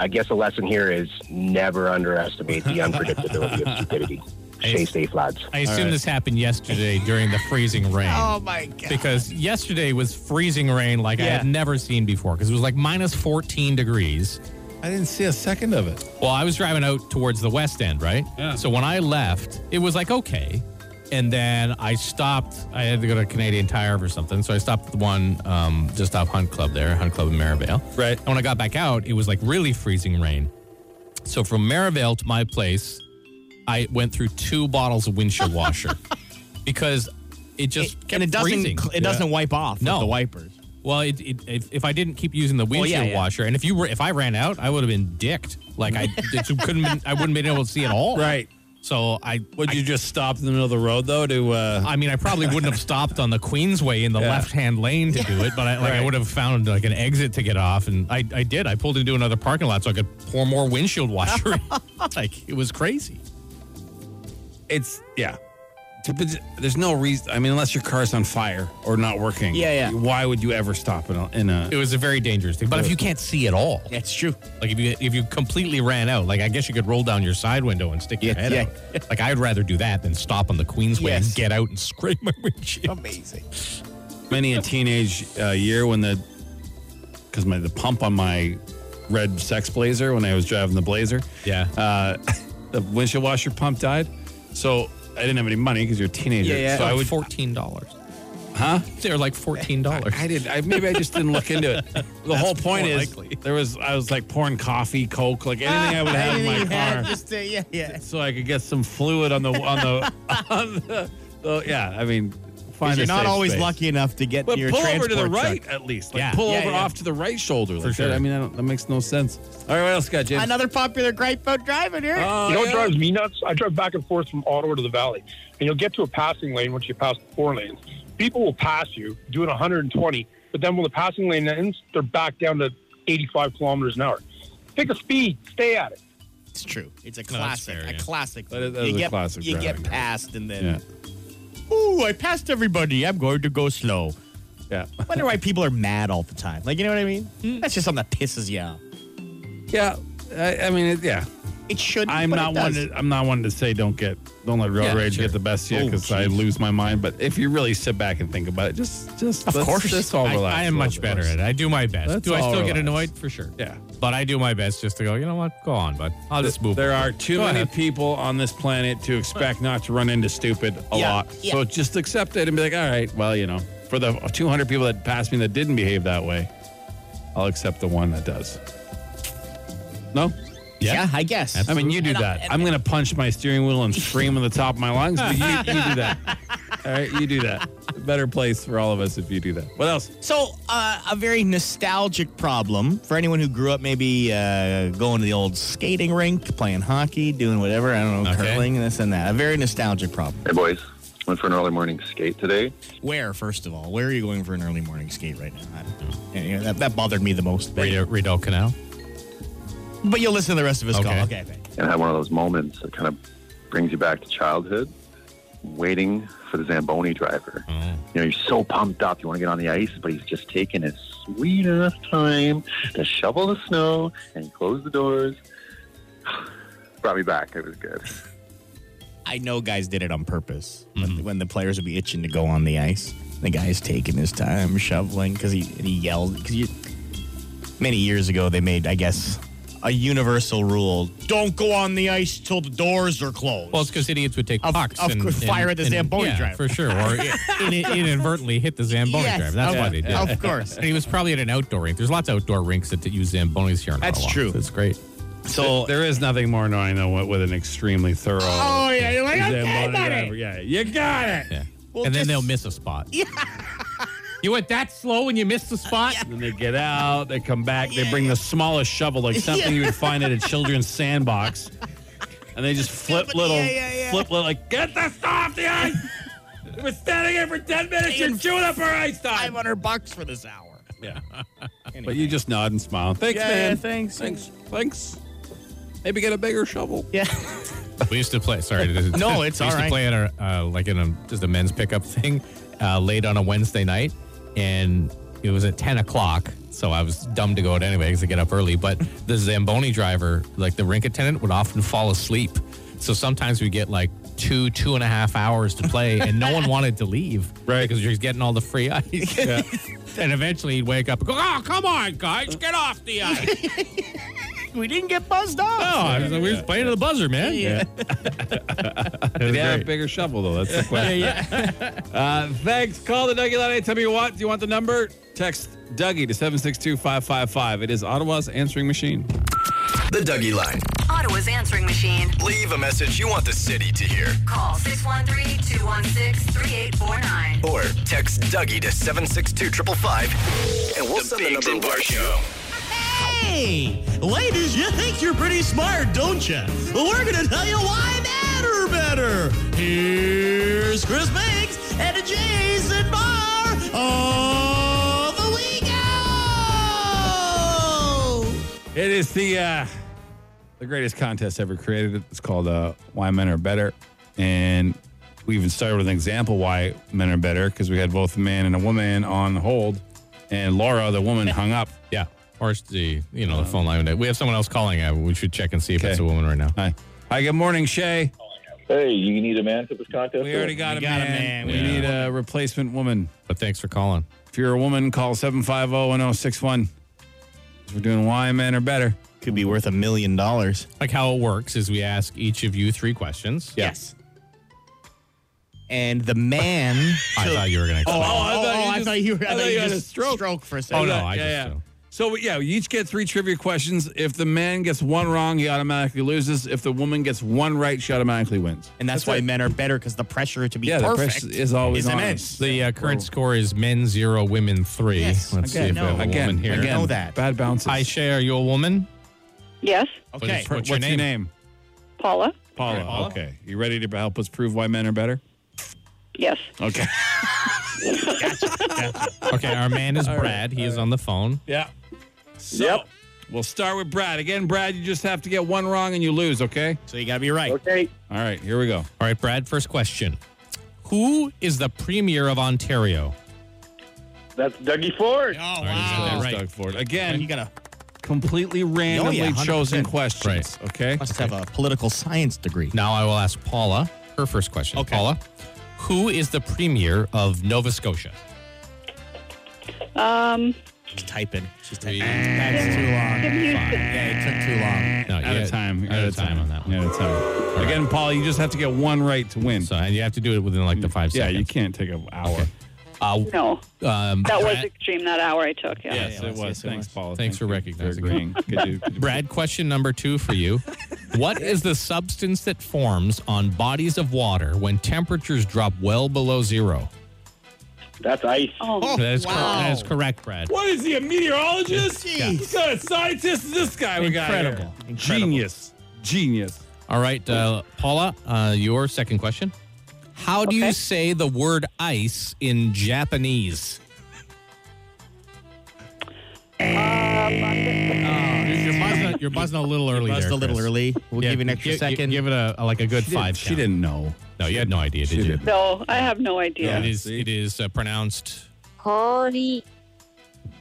Speaker 9: I guess the lesson here is never underestimate the unpredictability of stupidity. Stay safe, lads.
Speaker 3: I assume this happened yesterday during the freezing rain.
Speaker 6: *laughs* Oh my god.
Speaker 3: because yesterday was freezing rain like I had never seen before because it was like minus 14 degrees.
Speaker 2: I didn't see a second of it.
Speaker 3: Well, I was driving out towards the west end, right? Yeah. So when I left, it was like okay. And then I stopped. I had to go to Canadian Tire for something, so I stopped at the one um, just off Hunt Club there, Hunt Club in Merivale.
Speaker 2: Right.
Speaker 3: And when I got back out, it was like really freezing rain. So from Merivale to my place, I went through two bottles of windshield washer
Speaker 4: *laughs*
Speaker 3: because it just kept
Speaker 4: and it doesn't
Speaker 3: freezing.
Speaker 4: cl- it doesn't wipe off
Speaker 3: No.
Speaker 4: with the wipers.
Speaker 3: Well, it, it, if, if I didn't keep using the windshield
Speaker 4: yeah, yeah.
Speaker 3: washer, and if you were, if I ran out, I would have been dicked. Like
Speaker 4: *laughs*
Speaker 3: I it couldn't, been, I wouldn't been able to see at all.
Speaker 2: Right.
Speaker 3: So I
Speaker 2: Would you just stop in the middle of the road, though, to. Uh,
Speaker 3: I mean, I probably wouldn't have stopped on the Queensway in the
Speaker 2: Yeah.
Speaker 3: left-hand lane to do it, but I, like I would have found like an exit to get off, and I, I did. I pulled into another parking lot so I could pour more windshield washer.
Speaker 4: *laughs*
Speaker 3: in. like it was crazy.
Speaker 2: it's yeah. To- but There's no reason. I mean, unless your car's on fire or not working.
Speaker 4: Yeah, yeah.
Speaker 2: Why would you ever stop in a? In a
Speaker 3: It was a very dangerous thing. But if you can't see at all,
Speaker 4: That's true.
Speaker 3: like if you if you completely ran out, like I guess you could roll down your side window and stick your
Speaker 4: Yeah,
Speaker 3: head
Speaker 4: yeah.
Speaker 3: out. Like I'd rather do that than stop on the Queensway
Speaker 4: Yes.
Speaker 3: and get out and *laughs* scrape my windshield.
Speaker 4: Amazing.
Speaker 2: many a teenage uh, year when the because my the pump on my red sex blazer when I was driving the blazer.
Speaker 3: Yeah.
Speaker 2: Uh, the windshield washer pump died, so I didn't have any money because you're a teenager. So I would.
Speaker 3: fourteen dollars. Huh? They're like fourteen dollars.
Speaker 2: I did. I, maybe I just didn't look
Speaker 3: *laughs*
Speaker 2: into it. The whole point
Speaker 3: more
Speaker 2: is
Speaker 3: likely.
Speaker 2: there was I was like pouring coffee, coke, like anything I would have in my
Speaker 4: *laughs*
Speaker 2: car.
Speaker 6: Just, uh, yeah, yeah.
Speaker 2: *laughs* so I could get some fluid on the on the *laughs* on the. the yeah, I mean, find
Speaker 4: You're
Speaker 2: a
Speaker 4: not
Speaker 2: safe
Speaker 4: always
Speaker 2: space.
Speaker 4: lucky enough to get
Speaker 2: But
Speaker 4: to your
Speaker 2: pull over to the
Speaker 4: transport truck.
Speaker 2: right at least. Like
Speaker 3: Yeah.
Speaker 2: pull
Speaker 4: Yeah,
Speaker 2: over
Speaker 4: yeah.
Speaker 2: off to the right shoulder. For like
Speaker 3: sure.
Speaker 2: That. I mean, I don't, that makes no sense. All right, what else you got, James?
Speaker 4: Another popular gripe about driving here.
Speaker 2: Oh,
Speaker 10: You know what
Speaker 2: yeah.
Speaker 10: drives me nuts? I drive back and forth from Ottawa to the Valley, and you'll get to a passing lane once you pass the four lanes. People will pass you doing 120, but then when the passing lane ends, they're back down to 85 kilometers an hour. Pick a speed, stay at it.
Speaker 4: it's true. It's a
Speaker 3: No, that's
Speaker 4: classic.
Speaker 3: fair,
Speaker 4: a
Speaker 3: yeah.
Speaker 4: classic.
Speaker 2: That is- that
Speaker 4: you
Speaker 2: is a
Speaker 4: get,
Speaker 2: classic
Speaker 4: You get
Speaker 2: driving.
Speaker 4: passed and then.
Speaker 2: Yeah,
Speaker 4: Ooh, I passed everybody. I'm going to go slow.
Speaker 2: yeah. Hmm.
Speaker 4: I wonder why people are mad all the time. Like, you know what I mean? That's just something that pisses you off.
Speaker 2: *laughs* Yeah, I, I mean, it, yeah.
Speaker 4: It should.
Speaker 2: I'm
Speaker 4: but
Speaker 2: not
Speaker 4: it
Speaker 2: one.
Speaker 4: does.
Speaker 2: To, I'm not one to say don't get, don't let road
Speaker 3: Yeah,
Speaker 2: rage
Speaker 3: sure.
Speaker 2: get the best of you
Speaker 3: Oh,
Speaker 2: because I
Speaker 3: geez.
Speaker 2: lose my mind. But if you really sit back and think about it, just, just
Speaker 3: Of
Speaker 2: let's
Speaker 3: course,
Speaker 2: just all
Speaker 3: I-
Speaker 2: relax.
Speaker 3: I, am
Speaker 2: a
Speaker 3: much
Speaker 2: little bit.
Speaker 3: better at it. I do my best.
Speaker 2: Let's
Speaker 3: do I
Speaker 2: all
Speaker 3: still get
Speaker 2: relax.
Speaker 3: annoyed? For sure.
Speaker 2: Yeah.
Speaker 3: But I do my best just to go. You know what? Go on, bud. I'll just move.
Speaker 2: There
Speaker 3: on."
Speaker 2: are too
Speaker 3: Go
Speaker 2: many
Speaker 3: ahead.
Speaker 2: people on this planet to expect not to run into stupid a
Speaker 4: Yeah,
Speaker 2: lot.
Speaker 4: yeah.
Speaker 2: So just accept it and be like, all right, well, you know, for the 200 people that passed me that didn't behave that way, I'll accept the one that does. No?
Speaker 4: Yeah, I guess.
Speaker 2: I mean, you do that. I'm going to punch my steering wheel and scream at the top of my lungs, but you, you do that. All right, you do that. Better place for all of us if you do that. What else?
Speaker 4: So, uh, a very nostalgic problem for anyone who grew up maybe uh, going to the old skating rink, playing hockey, doing whatever, I don't know,
Speaker 3: Okay.
Speaker 4: curling, this and that. A very nostalgic problem.
Speaker 9: Hey, boys. Went for an early morning skate today.
Speaker 4: Where, first of all? Where are you going for an early morning skate right now? I don't know. Yeah, yeah, that, that bothered me the most. But,
Speaker 3: Rideau, Rideau Canal.
Speaker 4: but you'll listen to the rest of his
Speaker 3: Okay.
Speaker 4: call. Okay. thanks.
Speaker 9: and had one of those moments that kind of brings you back to childhood, waiting for the Zamboni driver.
Speaker 2: Oh.
Speaker 9: You know, you're so pumped up, you want to get on the ice, but he's just taking his sweet ass time to shovel the snow and close the doors. *sighs* Brought me back. It was good.
Speaker 4: I know guys did it on purpose.
Speaker 3: Mm-hmm.
Speaker 4: When, when the players would be itching to go on the ice, the guy's taking his time shoveling because he and he yelled because you. Many years ago, they made I guess a universal rule: don't go on the ice till the doors are closed.
Speaker 3: Well, it's *laughs* because idiots would take
Speaker 4: Of-
Speaker 3: pucks
Speaker 4: of
Speaker 3: and,
Speaker 4: course,
Speaker 3: and-
Speaker 4: fire at the
Speaker 3: and-
Speaker 4: Zamboni
Speaker 3: yeah,
Speaker 4: driver. *laughs*
Speaker 3: for
Speaker 2: *laughs*
Speaker 3: sure, or in, inadvertently hit the Zamboni
Speaker 4: Yes,
Speaker 3: driver. That's
Speaker 4: of-
Speaker 3: why they did.
Speaker 4: of
Speaker 3: it.
Speaker 4: course.
Speaker 3: *laughs* And he was probably at an outdoor rink. There's lots of outdoor rinks that use Zambonis here. In
Speaker 4: That's
Speaker 3: Ottawa,
Speaker 4: true.
Speaker 3: so it's great.
Speaker 4: so
Speaker 2: There is nothing more annoying than what with an extremely thorough.
Speaker 4: oh yeah, you're like okay,
Speaker 2: Zamboni driver.
Speaker 4: buddy.
Speaker 2: Yeah, you got it.
Speaker 3: Yeah.
Speaker 4: Well,
Speaker 3: and then
Speaker 4: just-
Speaker 3: they'll miss a spot. Yeah. You went that slow and you missed the spot.
Speaker 2: Then they get out, they come back, they bring the smallest shovel, like something you would find at a children's sandbox. And they just flip little, flip little, like, get the stuff off the ice! We've been standing here for 10 minutes, you're chewing up our ice time!
Speaker 4: 500 bucks for this hour. *laughs*
Speaker 2: Yeah. But you just nod and smile. Thanks,
Speaker 4: Yeah,
Speaker 2: man.
Speaker 4: yeah, thanks.
Speaker 2: Thanks. Thanks. Maybe get a bigger shovel.
Speaker 4: *laughs* Yeah.
Speaker 3: We used to play.
Speaker 4: *laughs*
Speaker 3: Sorry,
Speaker 4: No, it's
Speaker 3: *laughs* we used
Speaker 4: all
Speaker 3: to
Speaker 4: right.
Speaker 3: play at our uh, like in a just a men's pickup *laughs* thing uh, late on a Wednesday night, and it was at ten o'clock. So I was dumb to go out anyway because I get up early. But the Zamboni driver, like the rink attendant, would often fall asleep. So sometimes we get like two, two and a half hours to play, and no one wanted to
Speaker 4: *laughs*
Speaker 3: leave, right? Because you're getting all the free ice. *laughs* and eventually he'd wake up and go, "Oh, come on, guys, get off
Speaker 4: *laughs*
Speaker 3: the ice!"
Speaker 4: We didn't get buzzed off.
Speaker 3: oh, I was like, we were just playing to the buzzer, man.
Speaker 2: Yeah. Did they have a bigger shovel, though? That's the
Speaker 3: *laughs*
Speaker 2: question. *laughs* uh, thanks. Call the Dougie Line anytime you want. Do you want the number? Text Dougie to 762 555. It is Ottawa's answering machine.
Speaker 1: The Dougie Line.
Speaker 7: Ottawa's answering machine.
Speaker 1: Leave a message you want the city to hear.
Speaker 7: Call 613 216 3849.
Speaker 1: Or text Dougie to 762 555 and we'll send the number in bar show.
Speaker 4: Hey, ladies, you think you're pretty smart, don't you? Well, we're going to tell you why matter better. Here's Chris Biggs and Jason Barr of the Weekend.
Speaker 2: It is the uh, the greatest contest ever created. It's called uh, "Why Men Are Better," and we even started with an example why men are better because we had both a man and a woman on hold, and Laura, the woman, hung up.
Speaker 3: Yeah. Or it's the you know the phone line. We have someone else calling. Uh, We should check and see if
Speaker 2: Okay.
Speaker 3: it's a woman right now.
Speaker 2: Hi, hi. Good morning, Shay.
Speaker 11: Hey, you need a man for this contest?
Speaker 2: We already got, a,
Speaker 4: got a
Speaker 2: man.
Speaker 4: man.
Speaker 2: We
Speaker 3: Yeah.
Speaker 2: need a replacement woman.
Speaker 3: But thanks for calling.
Speaker 2: If you're a woman, call 750-1061. We're doing "Why Men Are Better."
Speaker 4: Could be worth a million dollars.
Speaker 3: Like how it works is we ask each of you three questions.
Speaker 4: Yes. And the man. Oh,
Speaker 3: I thought you were gonna.
Speaker 2: *laughs*
Speaker 3: Explain.
Speaker 2: Oh, I thought you just-
Speaker 4: you were.
Speaker 2: I thought you had a stroke.
Speaker 4: for a second.
Speaker 3: Oh, no, I just
Speaker 2: yeah, yeah.
Speaker 3: do.
Speaker 2: So yeah, you each get three trivia questions. If the man gets one wrong, he automatically loses. If the woman gets one right, she automatically wins.
Speaker 4: And that's, why
Speaker 2: it.
Speaker 4: men are better because the pressure to be
Speaker 2: yeah,
Speaker 4: perfect
Speaker 2: the press is always
Speaker 4: is
Speaker 2: on.
Speaker 4: immense.
Speaker 3: The uh,
Speaker 2: Oh.
Speaker 3: current score is men zero, women three.
Speaker 4: Yes.
Speaker 3: Let's
Speaker 4: Again,
Speaker 3: see if we
Speaker 4: no.
Speaker 3: have a
Speaker 2: Again,
Speaker 3: woman here.
Speaker 2: again,
Speaker 4: know that.
Speaker 2: bad bounces.
Speaker 3: Hi, Shay. Are you a
Speaker 4: *laughs*
Speaker 3: woman?
Speaker 12: Yes,
Speaker 4: Okay.
Speaker 3: What's
Speaker 2: What's
Speaker 3: your
Speaker 2: your name?
Speaker 3: name?
Speaker 12: Paula.
Speaker 2: Paula. Okay, you ready to help us prove why men are better?
Speaker 12: Yes.
Speaker 2: Okay.
Speaker 3: Okay, our man is Brad. He is on the phone.
Speaker 2: yeah. So we'll start with Brad again. Brad, you just have to get one wrong and you lose. Okay.
Speaker 4: So you got to be right.
Speaker 11: Okay.
Speaker 2: All right, here we go.
Speaker 3: All right, Brad. First question: Who is the premier of Ontario?
Speaker 11: That's Dougie Ford.
Speaker 4: Oh,
Speaker 12: Oh,
Speaker 3: right, he's got that
Speaker 4: wow.
Speaker 3: right.
Speaker 2: Doug Ford again.
Speaker 4: You got to
Speaker 2: completely randomly chosen questions. Okay.
Speaker 4: Must have a political science degree.
Speaker 3: Now I will ask Paula her first question. Okay. Paula, who is the premier of Nova Scotia?
Speaker 12: Um,
Speaker 4: She's typing. She's typing.
Speaker 12: That's too long. Kim Houston.
Speaker 4: Yeah, it took too long.
Speaker 3: No,
Speaker 2: Out
Speaker 3: you
Speaker 2: of
Speaker 3: had-
Speaker 2: time.
Speaker 3: Out of time on that one.
Speaker 2: Out of time. Again, Paul, you just have to get one right to win.
Speaker 3: So and you have to do it within like the five
Speaker 2: yeah, you
Speaker 3: seconds.
Speaker 2: can't take an hour.
Speaker 3: Uh,
Speaker 12: No,
Speaker 3: um,
Speaker 12: that was
Speaker 3: Brad-
Speaker 12: extreme. That hour I took. Yeah.
Speaker 2: Yes, it was.
Speaker 4: yes, it
Speaker 2: Thanks,
Speaker 4: was.
Speaker 2: Paul.
Speaker 3: Thanks for recognizing.
Speaker 2: agreeing. Could you- could you-
Speaker 3: Brad, question number two
Speaker 12: *laughs*
Speaker 3: for you. what is the substance that forms on bodies of water when temperatures drop well below zero?
Speaker 9: That's ice.
Speaker 12: Oh,
Speaker 3: that, is cor- that is correct, Brad.
Speaker 2: *laughs* What is he, a meteorologist? What kind of scientist is this guy we got here?
Speaker 3: Incredible.
Speaker 2: Genius. Genius.
Speaker 3: All right, uh, Paula, uh, your second question. How do you
Speaker 12: Okay.
Speaker 3: say the word ice in Japanese?
Speaker 2: Oh,
Speaker 3: You're buzzing, you're buzzing a little early
Speaker 4: Buzzed a little early. We'll give you an extra second.
Speaker 3: Give it a, a- like a good
Speaker 2: She
Speaker 3: five.
Speaker 2: didn't- she
Speaker 3: count.
Speaker 2: didn't know.
Speaker 3: No, you had no idea, did you?
Speaker 12: No, I have no idea.
Speaker 3: It is. It is uh, pronounced
Speaker 13: Hori.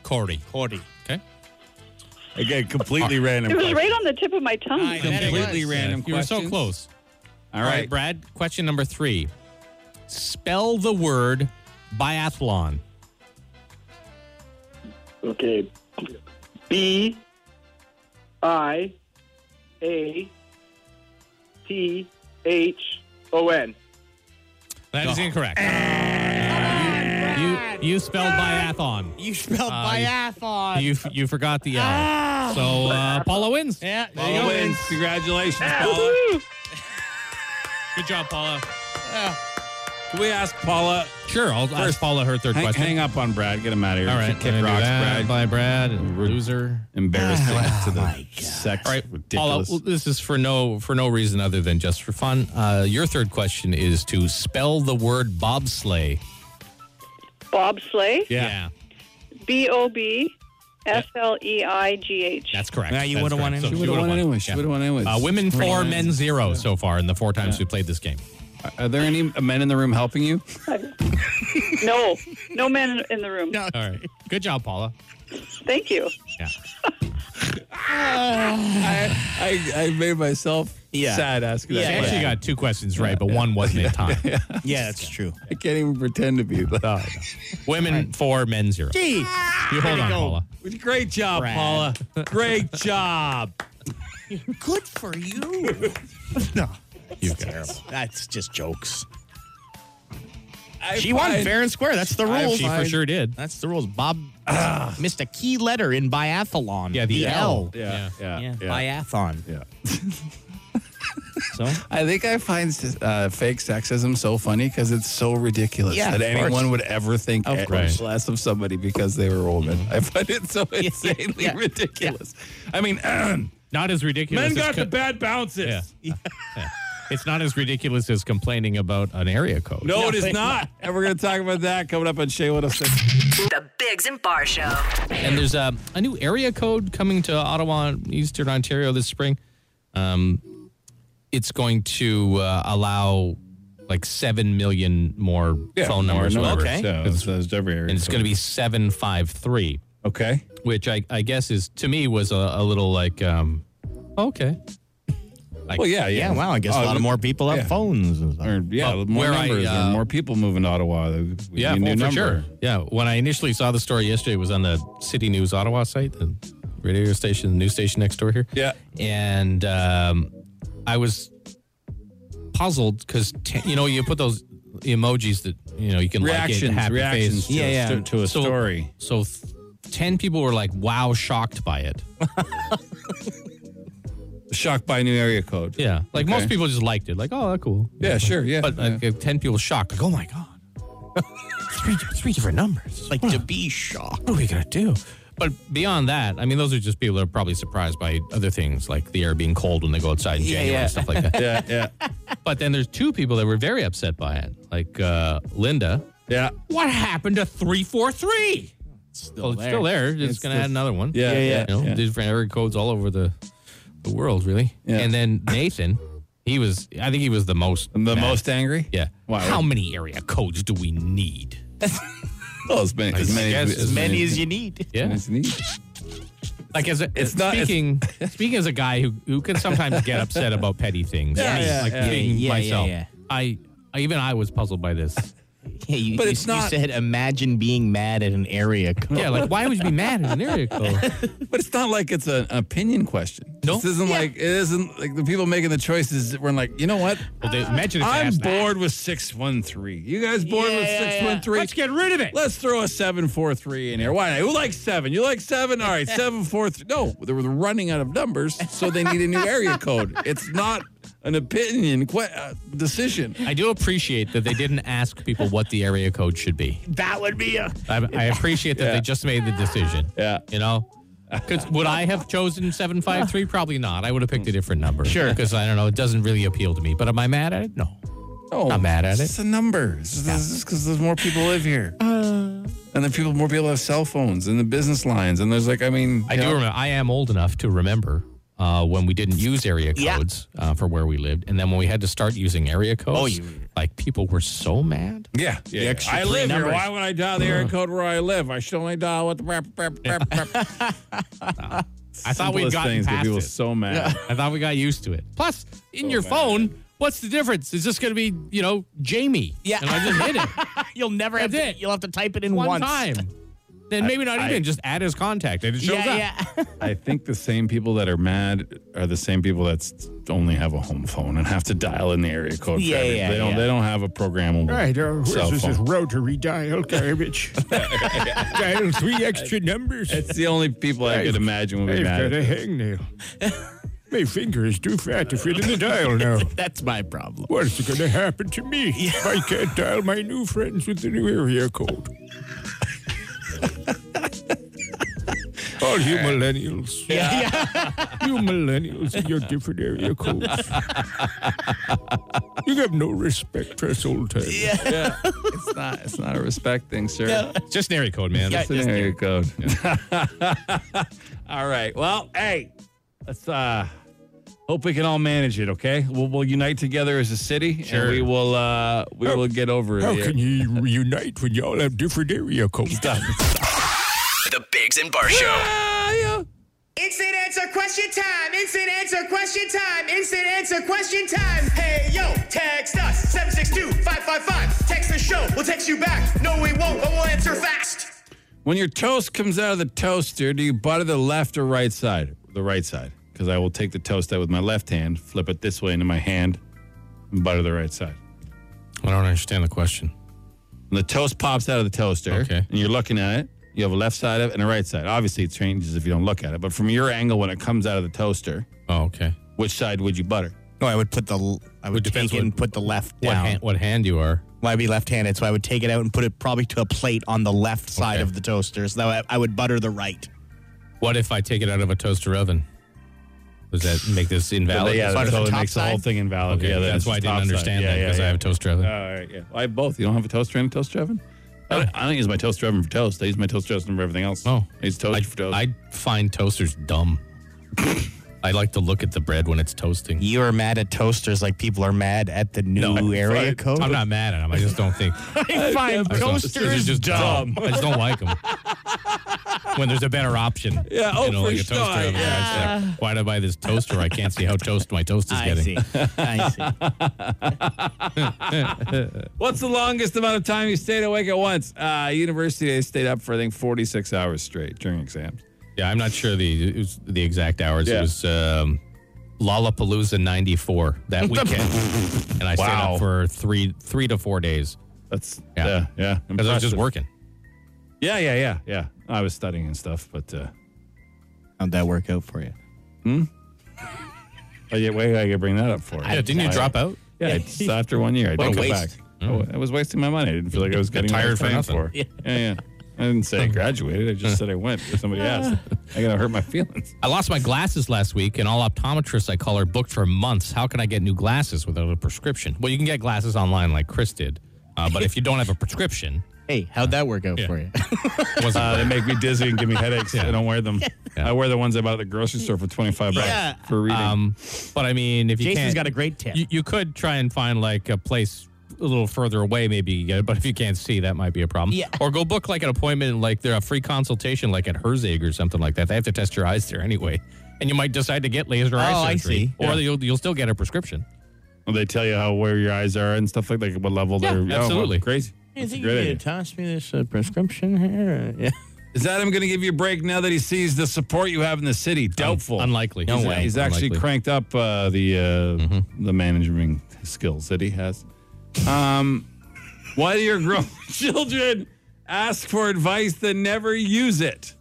Speaker 3: Corey. Corey. Okay.
Speaker 2: Again, completely random.
Speaker 12: It was
Speaker 2: question.
Speaker 12: right on the tip of my tongue.
Speaker 2: Completely random
Speaker 3: You were so
Speaker 2: questions.
Speaker 3: close.
Speaker 2: All
Speaker 3: All right.
Speaker 2: right.
Speaker 3: Brad. Question number three. Spell the word biathlon.
Speaker 9: Okay. B I A T H O N.
Speaker 3: That is incorrect. Uh, you, you you spelled biathlon.
Speaker 4: You spelled
Speaker 3: Uh, you-
Speaker 4: biathlon. Ah.
Speaker 3: You f- you forgot the L. So uh, Paula wins.
Speaker 4: yeah, there you
Speaker 2: Paula
Speaker 4: go.
Speaker 2: wins. Congratulations, Paula.
Speaker 3: Good job, Paula.
Speaker 2: Can we ask Paula?
Speaker 3: Sure. I'll ask Paula her third
Speaker 2: Hang,
Speaker 3: question.
Speaker 2: hang up on Brad. Get him out of here.
Speaker 3: All right.
Speaker 2: Kick
Speaker 3: let me do
Speaker 2: rocks,
Speaker 3: that.
Speaker 2: Brad.
Speaker 3: Bye, Brad.
Speaker 2: *sighs*
Speaker 3: Loser.
Speaker 2: Embarrassing to the sex.
Speaker 3: All right, Paula.
Speaker 2: ridiculous.
Speaker 3: well, This is for no for no reason other than just for fun. Uh, your third question is to spell the word bobsleigh.
Speaker 12: Bob Slay.
Speaker 3: Yeah,
Speaker 12: B O B S L E I G H.
Speaker 3: that's correct.
Speaker 4: Yeah, you
Speaker 3: That's
Speaker 4: would've won
Speaker 3: correct. So
Speaker 4: anyway. She
Speaker 3: you would've won.
Speaker 2: anyway. She would've won anyway.
Speaker 3: Uh, women four, men zero so far in the four times we played this game.
Speaker 2: Are there any men in the room helping you?
Speaker 12: No, no man in the room.
Speaker 3: All right, good job, Paula.
Speaker 12: Thank you.
Speaker 3: Yeah,
Speaker 2: I, I made myself
Speaker 4: Yeah.
Speaker 2: sad asking
Speaker 3: she
Speaker 2: that.
Speaker 3: actually
Speaker 2: question.
Speaker 3: got two questions right, but one wasn't in time.
Speaker 4: Yeah, that's true.
Speaker 2: I can't even pretend to be.
Speaker 3: Women four, men zero.
Speaker 4: Gee.
Speaker 3: You hold on, Paula.
Speaker 2: Great job,
Speaker 4: Brad.
Speaker 2: Paula. Great
Speaker 3: *laughs*
Speaker 2: job.
Speaker 4: Good for you. no.
Speaker 2: *laughs*
Speaker 3: You terrible.
Speaker 4: That's just jokes.
Speaker 2: I
Speaker 4: She won
Speaker 2: find-
Speaker 4: fair and square. That's the rules.
Speaker 3: She for sure did.
Speaker 4: That's the rules. Bob missed a key letter in biathlon.
Speaker 3: Yeah, the L.
Speaker 2: Yeah, yeah,
Speaker 4: Yeah,
Speaker 2: yeah.
Speaker 4: biathlon.
Speaker 2: yeah.
Speaker 4: So
Speaker 2: I think I find uh, fake sexism so funny because it's so ridiculous
Speaker 4: Yeah,
Speaker 2: that
Speaker 4: of course.
Speaker 2: anyone would ever think
Speaker 4: Of
Speaker 2: e-
Speaker 4: course.
Speaker 2: less of somebody because they were a woman. I find it so insanely
Speaker 4: yeah,
Speaker 2: ridiculous. I mean, *clears throat*
Speaker 3: Not as ridiculous.
Speaker 2: men
Speaker 3: as
Speaker 2: got
Speaker 3: co-
Speaker 2: the bad bounces.
Speaker 3: Yeah. *laughs* Yeah. It's not as ridiculous as complaining about an area code.
Speaker 2: No, *laughs* it is not. and we're going to talk about that coming up on Shea 106.
Speaker 7: The Bigs and Bar Show.
Speaker 3: And there's a, a new area code coming to Ottawa and Eastern Ontario this spring. Um, it's going to uh, allow like 7 million more phone numbers. whatever.
Speaker 2: So, so it's every area.
Speaker 3: And it's going to be 753,
Speaker 2: Okay.
Speaker 3: which I, I guess is, to me, was a, a little like, um, okay.
Speaker 2: Well, yeah, yeah.
Speaker 4: yeah, wow. I guess a
Speaker 2: Oh,
Speaker 4: lot of more people have
Speaker 2: yeah.
Speaker 4: phones. And stuff.
Speaker 2: Or, yeah,
Speaker 3: But
Speaker 2: more
Speaker 3: where I,
Speaker 2: numbers.
Speaker 3: uh,
Speaker 2: or more people moving to Ottawa. We need a
Speaker 3: Yeah, well,
Speaker 2: new
Speaker 3: for
Speaker 2: number.
Speaker 3: sure. Yeah, when I initially saw the story yesterday, it was on the City News Ottawa site, the radio station, the news station next door here.
Speaker 2: Yeah.
Speaker 3: and um, I was puzzled because you know you put those emojis that you know you can like
Speaker 2: Reactions,
Speaker 3: it, happy
Speaker 2: reactions
Speaker 3: face.
Speaker 2: to, a sto- to a
Speaker 3: So-
Speaker 2: story.
Speaker 3: So th- ten people were like, "Wow," shocked by it.
Speaker 2: Shocked by new area code.
Speaker 3: Yeah, like
Speaker 2: Okay.
Speaker 3: most people just liked it, like, "Oh, that's cool."
Speaker 2: Yeah, sure. Yeah.
Speaker 3: But
Speaker 2: yeah.
Speaker 3: uh, ten people shocked, like, "Oh
Speaker 2: *laughs*
Speaker 3: my god, three three different numbers."
Speaker 4: Like to be shocked.
Speaker 3: what are we gonna do? But beyond that, I mean, those are just people that are probably surprised by other things like the air being cold when they go outside in January and stuff like that.
Speaker 2: yeah, yeah,
Speaker 3: But then there's two people that were very upset by it, like uh, Linda.
Speaker 2: yeah,
Speaker 3: What happened to three four three?
Speaker 4: Still
Speaker 3: Well, it's still there. Just
Speaker 2: It's
Speaker 3: gonna
Speaker 2: just-
Speaker 3: add another one.
Speaker 2: yeah, yeah,
Speaker 3: You know, different area codes all over the the world, really.
Speaker 2: Yeah.
Speaker 3: And then Nathan, he was, I think he was the most
Speaker 2: The
Speaker 3: mad.
Speaker 2: most angry?
Speaker 3: Yeah.
Speaker 2: Why?
Speaker 3: How many area codes do we need?
Speaker 2: Oh, as many, as many,
Speaker 3: guess
Speaker 2: as many
Speaker 4: you need.
Speaker 3: Yeah.
Speaker 2: as you need.
Speaker 3: Like as a,
Speaker 2: It's not- it's- *laughs*
Speaker 3: speaking speaking as a guy who who can sometimes get upset about petty things.
Speaker 2: Yeah,
Speaker 3: I mean,
Speaker 2: yeah,
Speaker 3: like
Speaker 2: yeah.
Speaker 3: being
Speaker 2: Yeah, yeah,
Speaker 3: myself.
Speaker 2: yeah.
Speaker 3: I, I even I was puzzled by this.
Speaker 4: Yeah, you,
Speaker 2: But
Speaker 4: you-
Speaker 2: it's
Speaker 4: you
Speaker 2: not-
Speaker 4: said imagine being mad at an area code.
Speaker 3: Yeah, like why would you be mad at an area code?
Speaker 2: But it's not like it's an opinion question.
Speaker 3: No.
Speaker 2: This isn't like it isn't like the people making the choices were like, you know what?
Speaker 3: Well, they, imagine if they
Speaker 2: I'm
Speaker 3: asked that.
Speaker 2: bored with six one three. You guys bored with
Speaker 4: Yeah, yeah, yeah.
Speaker 2: six one three?
Speaker 3: Let's get rid of it.
Speaker 2: Let's throw a seven four three in here. Why not? Who likes seven? You like seven? All right, seven four three. No, they were running out of numbers, so they need a new area code. It's not an opinion que- uh, decision.
Speaker 3: I do appreciate that they didn't ask people what the area code should be.
Speaker 4: That would be a
Speaker 3: I, I appreciate that they just made the decision.
Speaker 2: Yeah.
Speaker 3: You know? 'Cause would I have chosen 753? Probably not. I would have picked a different number. Sure. Because I don't know. It doesn't really appeal to me. But am I mad at it? No.
Speaker 2: Oh,
Speaker 3: Not mad at it.
Speaker 2: It's just a number. It's just because there's more people live here, and then people more people have cell phones and the business lines, and there's like, I mean,
Speaker 3: I
Speaker 2: you
Speaker 3: do
Speaker 2: know,
Speaker 3: remember. I am old enough to remember uh, when we didn't use area codes uh, for where we lived. And then when we had to start using area codes, like people were so mad.
Speaker 2: Yeah, yeah. yeah. I live here. Why would I dial the area code where I live? I should only dial what the. Brap, brap, brap, brap.
Speaker 3: I thought we'd
Speaker 2: Simplest
Speaker 3: gotten
Speaker 2: things, but
Speaker 3: past
Speaker 2: people
Speaker 3: it.
Speaker 2: so mad.
Speaker 3: I thought we got used to it. Plus, in your
Speaker 2: mad.
Speaker 3: phone, what's the difference? It's just going to be, you know, Jamie.
Speaker 4: Yeah.
Speaker 3: And I just hit it.
Speaker 4: *laughs* You'll never have
Speaker 3: That's
Speaker 4: to,
Speaker 3: it.
Speaker 4: you'll have to type it in
Speaker 3: one
Speaker 4: once.
Speaker 3: time. Then maybe not
Speaker 2: I-
Speaker 3: even just add his contact and it shows up.
Speaker 4: Yeah, yeah.
Speaker 2: I think the same people that are mad are the same people that s- only have a home phone and have to dial in the area code. for
Speaker 4: Yeah,
Speaker 2: everything.
Speaker 4: yeah,
Speaker 2: They don't.
Speaker 4: yeah.
Speaker 2: They don't have a programmable.
Speaker 13: Right, uh,
Speaker 2: cell
Speaker 13: where's this, this
Speaker 2: phone.
Speaker 13: rotary
Speaker 2: *laughs*
Speaker 13: dial garbage? dial three extra numbers.
Speaker 2: It's the only people I could imagine would be
Speaker 13: I've
Speaker 2: mad. at
Speaker 13: got a
Speaker 2: it.
Speaker 13: hangnail.
Speaker 3: *laughs*
Speaker 13: My finger is too fat to fit in the dial now.
Speaker 4: That's my problem.
Speaker 13: What's going to happen to me if I can't dial my new friends with the new
Speaker 3: *laughs*
Speaker 13: area code? All you millennials. Yeah. *laughs* you millennials and your different
Speaker 3: *laughs*
Speaker 13: area codes. you have no respect for us old timers.
Speaker 2: It's not. It's not a respect thing, sir.
Speaker 3: It's just an area code, man.
Speaker 4: Yeah.
Speaker 2: It's an area code. *laughs* all right. Well, hey, let's uh hope we can all manage it. Okay, we'll, we'll unite together as a city, and we will uh we will get over
Speaker 13: How
Speaker 2: it.
Speaker 13: can you reunite when y'all have different area codes?
Speaker 1: The Bigs and Bar Show.
Speaker 2: Ah,
Speaker 8: Instant answer question time. Instant answer question time. Instant answer question time. Hey yo, text us 762-555. Text the show. We'll text you back. No, we won't, but we'll answer fast.
Speaker 2: When your toast comes out of the toaster, do you butter the left or right side? The right side, because I will take the toast out with my left hand, flip it this way into my hand, and butter the right side.
Speaker 3: I don't understand the question.
Speaker 2: When the toast pops out of the toaster,
Speaker 3: Okay.
Speaker 2: and you're looking at it, you have a left side of it and a right side. Obviously, it changes if you don't look at it, but from your angle when it comes out of the toaster,
Speaker 3: Oh, okay.
Speaker 2: which side would you butter?
Speaker 4: No, I would put the l- I would take
Speaker 3: depends
Speaker 4: it
Speaker 3: what-
Speaker 4: and put the left
Speaker 3: What
Speaker 4: down.
Speaker 3: hand, what hand you are?
Speaker 4: Well, I'd be left-handed, so I would take it out and put it probably to a plate on the left side
Speaker 3: Okay.
Speaker 4: of the toaster. So that I, I would butter the right.
Speaker 3: What if I take it out of a toaster oven? Does that make this invalid?
Speaker 2: yeah,
Speaker 4: butter
Speaker 2: that's
Speaker 4: the
Speaker 2: how it
Speaker 4: top
Speaker 2: makes the whole
Speaker 4: side?
Speaker 2: thing invalid.
Speaker 3: Okay,
Speaker 2: yeah,
Speaker 3: that's why I didn't understand that because I have a toaster oven.
Speaker 2: All right, yeah. I have both. You don't have a toaster and a toaster oven? I don't, I don't use my toaster oven for toast. I use my toaster oven for everything else.
Speaker 3: Oh.
Speaker 2: I use toast
Speaker 3: I,
Speaker 2: for toast.
Speaker 3: I find toasters *laughs* dumb. I like to look at the bread when it's toasting.
Speaker 4: You are mad at toasters like people are mad at the new area
Speaker 2: right.
Speaker 4: code.
Speaker 3: I'm not mad at them. I just don't
Speaker 2: *laughs*
Speaker 3: think.
Speaker 4: I find
Speaker 3: I just don't- they're just dumb. I just don't like them. when there's a better option.
Speaker 2: *laughs* Yeah, oh,
Speaker 3: you know,
Speaker 2: for
Speaker 3: like a toaster
Speaker 2: sure,
Speaker 3: oven. It's like, why did I buy this toaster? I can't see how toast my toast is
Speaker 4: I
Speaker 3: getting.
Speaker 4: see. I see.
Speaker 2: What's the longest amount of time you stayed awake at once? Uh, university, I stayed up for, I think, 46 hours straight during exams.
Speaker 3: Yeah, I'm not sure the it was the exact hours.
Speaker 2: Yeah.
Speaker 3: It was um, Lollapalooza '94
Speaker 2: *laughs*
Speaker 3: that weekend, and I stayed
Speaker 2: Wow.
Speaker 3: up for three three to four days
Speaker 2: That's,
Speaker 3: Yeah.
Speaker 2: yeah, yeah.
Speaker 3: because I was just
Speaker 2: Impressive.
Speaker 3: working.
Speaker 2: Yeah, yeah, yeah, yeah. I was studying and stuff, but uh,
Speaker 4: How'd that work out for you?
Speaker 2: I get, why did oh, I bring that up for?
Speaker 3: Yeah, didn't you drop out?
Speaker 2: Yeah, *laughs* it's after one year, I
Speaker 3: What
Speaker 2: didn't
Speaker 3: a
Speaker 2: come back.
Speaker 3: waste.
Speaker 2: I wa- I was wasting my money. I didn't feel like I was
Speaker 3: Got
Speaker 2: getting what I
Speaker 3: tired for
Speaker 2: signed
Speaker 3: nothing.
Speaker 2: Yeah. yeah, yeah. I didn't *laughs* say I graduated. I just said I went. If somebody *laughs* asked, I gotta hurt my feelings.
Speaker 3: I lost my glasses last week, and all optometrists I call are booked for months. How can I get new glasses without a prescription? Well, you can get glasses online, like Chris did, uh, but if you don't have a prescription,
Speaker 4: Hey, how'd that work out
Speaker 3: Yeah.
Speaker 4: for you?
Speaker 3: it wasn't
Speaker 2: Uh, they make me dizzy *laughs* and give me headaches. I don't wear them. I wear the ones I bought at the grocery store for twenty five bucks
Speaker 4: Yeah.
Speaker 2: for reading.
Speaker 3: Um, but I mean, if you
Speaker 4: Jason's
Speaker 3: can't,
Speaker 4: got a great tip.
Speaker 3: You, you could try and find like a place a little further away, maybe you get it. But if you can't see, that might be a problem.
Speaker 14: Yeah.
Speaker 3: Or go book like an appointment, like they're a free consultation, like at Herzig or something like that. They have to test your eyes there anyway, and you might decide to get laser
Speaker 2: Oh,
Speaker 3: eye
Speaker 2: I
Speaker 3: surgery.
Speaker 2: see. Yeah.
Speaker 3: Or you'll you'll still get a prescription.
Speaker 2: Well, they tell you how where your eyes are and stuff like that, what level
Speaker 3: Yeah,
Speaker 2: they're. well,
Speaker 3: absolutely.
Speaker 2: Oh, crazy.
Speaker 6: You
Speaker 2: That's a
Speaker 6: think you
Speaker 2: great idea.
Speaker 6: could toss me this uh, prescription here? Uh, Yeah.
Speaker 2: Is Adam going to give you a break now that he sees the support you have in the city? Doubtful.
Speaker 3: unlikely.
Speaker 2: He's,
Speaker 3: No way.
Speaker 2: He's actually
Speaker 3: Unlikely. Mm-hmm.
Speaker 2: cranked up uh, the uh, the management skills that he has. Um, why do your *laughs* grown children ask for advice then never use it?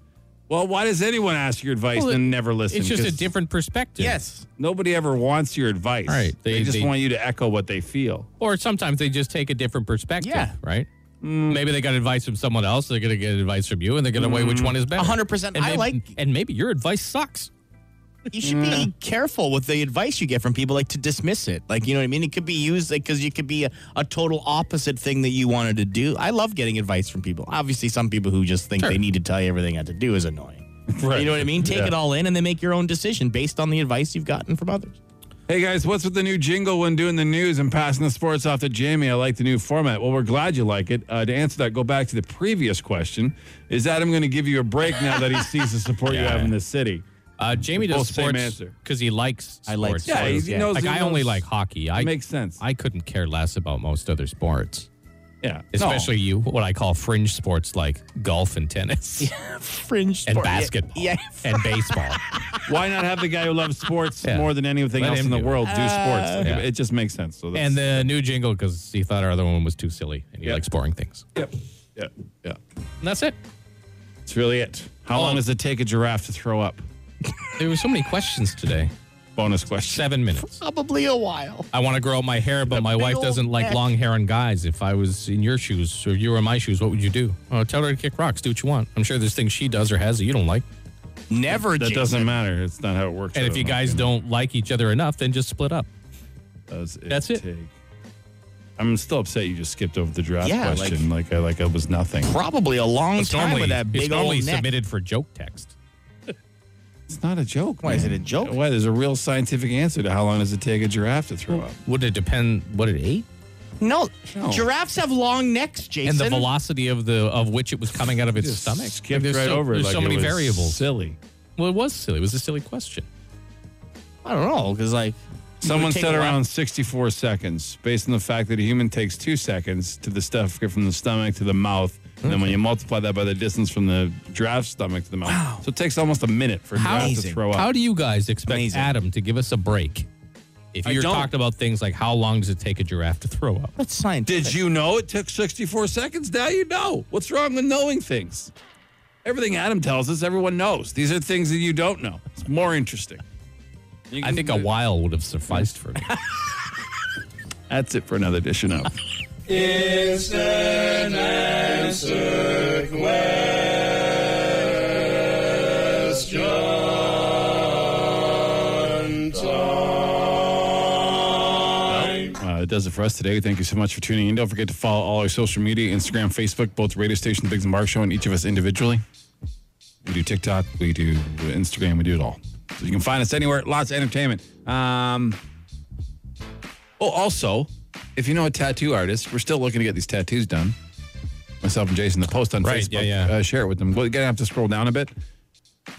Speaker 2: Well, why does anyone ask your advice
Speaker 3: Well,
Speaker 2: and then never listen?
Speaker 3: it's just a
Speaker 2: 'Cause
Speaker 3: different perspective.
Speaker 6: Yes.
Speaker 2: Nobody ever wants your advice.
Speaker 3: Right.
Speaker 2: They,
Speaker 3: They-
Speaker 2: just
Speaker 3: they-
Speaker 2: want you to echo what they feel.
Speaker 3: Or sometimes they just take a different perspective.
Speaker 2: Yeah.
Speaker 3: Right. Maybe they got advice from someone else. They're going to get advice from you, and they're going to weigh which
Speaker 6: Mm.
Speaker 3: one is better.
Speaker 4: 100%.
Speaker 3: And
Speaker 4: I
Speaker 3: maybe-
Speaker 4: like-
Speaker 3: And maybe your advice sucks.
Speaker 4: You should
Speaker 6: Mm.
Speaker 4: be careful with the advice you get from people, like to dismiss it. Like, you know what I mean? It could be used because you could be a, a total opposite thing that you wanted to do. I love getting advice from people. Obviously, some people who just think they need to tell you everything not to do is annoying.
Speaker 2: Right.
Speaker 4: You know what I mean? Take
Speaker 2: Yeah.
Speaker 4: it all in and then make your own decision based on the advice you've gotten from others.
Speaker 2: Hey guys, what's with the new jingle when doing the news and passing the sports off to Jamie? I like the new format. Well, we're glad you like it. Uh, to answer that, go back to the previous question. Is Adam going to give you a break now that he sees the support you have in the city?
Speaker 3: Uh, Jamie does
Speaker 2: Both same
Speaker 3: sports
Speaker 2: answer.
Speaker 3: because he likes sports.
Speaker 4: I like
Speaker 2: Yeah, he sports, yeah. knows-
Speaker 3: like
Speaker 2: he
Speaker 3: I
Speaker 2: knows-
Speaker 3: only like hockey. I
Speaker 2: makes sense.
Speaker 3: I couldn't care less about most other sports,
Speaker 2: Yeah,
Speaker 3: especially you. What I call fringe sports like golf and tennis
Speaker 4: Fringe
Speaker 3: and
Speaker 4: sport. Yeah.
Speaker 3: basketball
Speaker 4: Yeah.
Speaker 3: and baseball.
Speaker 2: No. Why not have the guy who loves sports
Speaker 3: Yeah.
Speaker 2: more than anything
Speaker 3: Let
Speaker 2: else
Speaker 3: him
Speaker 2: in the
Speaker 3: do it.
Speaker 2: world do Uh, sports? Like,
Speaker 3: yeah.
Speaker 2: It just makes sense. So that's,
Speaker 3: and the new jingle because he thought our other one was too silly and he likes boring things.
Speaker 2: yeah, yeah,
Speaker 3: And that's it.
Speaker 2: it's really it. How
Speaker 3: Oh.
Speaker 2: long does it take a giraffe to throw up?
Speaker 3: There were so many questions today.
Speaker 2: Bonus question.
Speaker 3: Seven minutes.
Speaker 4: Probably a while.
Speaker 3: I want to grow my hair, but my
Speaker 4: big
Speaker 3: wife
Speaker 4: old
Speaker 3: doesn't like
Speaker 4: neck.
Speaker 3: long hair on guys. If I was in your shoes or you were in my shoes, what would you do? Oh, tell her to kick rocks. Do what you want. I'm sure there's things she does or has that you don't like.
Speaker 4: Never
Speaker 2: That
Speaker 4: Jason.
Speaker 2: doesn't matter. It's not how it works.
Speaker 3: And
Speaker 2: I
Speaker 3: if you
Speaker 2: know.
Speaker 3: guys don't like each other enough, then just split up.
Speaker 2: does it
Speaker 3: That's it.
Speaker 2: take? I'm still upset you just skipped over the draft
Speaker 4: Yeah, like-
Speaker 2: question. Like, I like it was nothing.
Speaker 4: Probably a long
Speaker 3: It's
Speaker 4: time
Speaker 3: normally,
Speaker 4: with that
Speaker 3: it's
Speaker 4: big
Speaker 3: normally
Speaker 4: old neck.
Speaker 3: submitted for joke text.
Speaker 2: It's not a joke.
Speaker 4: Why is it a joke?
Speaker 2: Why? There's a real scientific answer to how long does it take a giraffe to throw up?
Speaker 3: Would it depend what it ate
Speaker 4: No,
Speaker 2: No.
Speaker 4: giraffes have long necks, Jason.
Speaker 3: Oh. and the velocity of the of which it was coming out of its stomach?
Speaker 2: Skipped
Speaker 3: There's
Speaker 2: right
Speaker 3: so,
Speaker 2: over. it
Speaker 3: There's
Speaker 2: like
Speaker 3: so
Speaker 2: it
Speaker 3: many
Speaker 2: was
Speaker 3: variables.
Speaker 2: Silly.
Speaker 3: Well, it was silly. It was a silly question.
Speaker 4: I don't know because like
Speaker 2: Someone
Speaker 4: take
Speaker 2: said
Speaker 4: a while.
Speaker 2: around 64 seconds, based on the fact that a human takes two seconds to the stuff from the stomach to the mouth. And then when you multiply that by the distance from the giraffe's stomach to the mouth, so it takes almost a minute for a giraffe to throw up.
Speaker 3: How do you guys expect
Speaker 4: Amazing.
Speaker 3: Adam to give us a break if
Speaker 2: I
Speaker 3: you're
Speaker 2: don't.
Speaker 3: talked about things like how long does it take a giraffe to throw up?
Speaker 4: that's scientific.
Speaker 2: Did you know it took 64 seconds? Now you know. What's wrong with knowing things? Everything Adam tells us, everyone knows. These are things that you don't know. It's more interesting. You
Speaker 3: I
Speaker 2: can-
Speaker 3: think a while would have sufficed for me. *laughs*
Speaker 2: That's it for another edition of. Uh, that does it for us today. Thank you so much for tuning in. Don't forget to follow all our social media Instagram, Facebook, both radio station, The Biggs and Mark Show, and each of us individually. We do TikTok, we do Instagram, we do it all. So you can find us anywhere. Lots of entertainment. Um, oh, also, if you know a tattoo artist, we're still looking to get these tattoos done. Myself and Jason, the post on
Speaker 3: Right,
Speaker 2: Facebook,
Speaker 3: yeah, yeah.
Speaker 2: Uh, share it with them. We're going to have to scroll down a bit.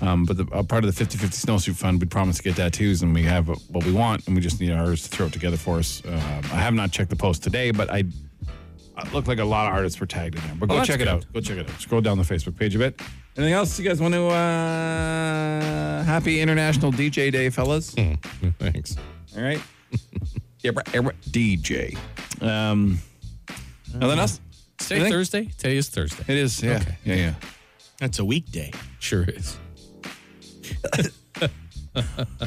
Speaker 2: Um, but the, uh, part of the 50 50 snowsuit fund, we promised to get tattoos and we have what we want and we just need ours to throw it together for us. Um, I have not checked the post today, but I, I look like a lot of artists were tagged in there. But go
Speaker 3: Well, Oh, that's
Speaker 2: check it
Speaker 3: good.
Speaker 2: out. Go check it out. Scroll down the Facebook page a bit. Anything else you guys want to? Uh, happy International DJ Day, fellas.
Speaker 3: Hmm. Thanks.
Speaker 2: All right. Yeah, eh, bro, yeah, bro, DJ. Um, nothing else?
Speaker 3: Today
Speaker 2: Anything?
Speaker 3: Thursday? Today is Thursday.
Speaker 2: It is. Yeah. Yeah. Yeah.
Speaker 4: That's a weekday.
Speaker 3: Sure is.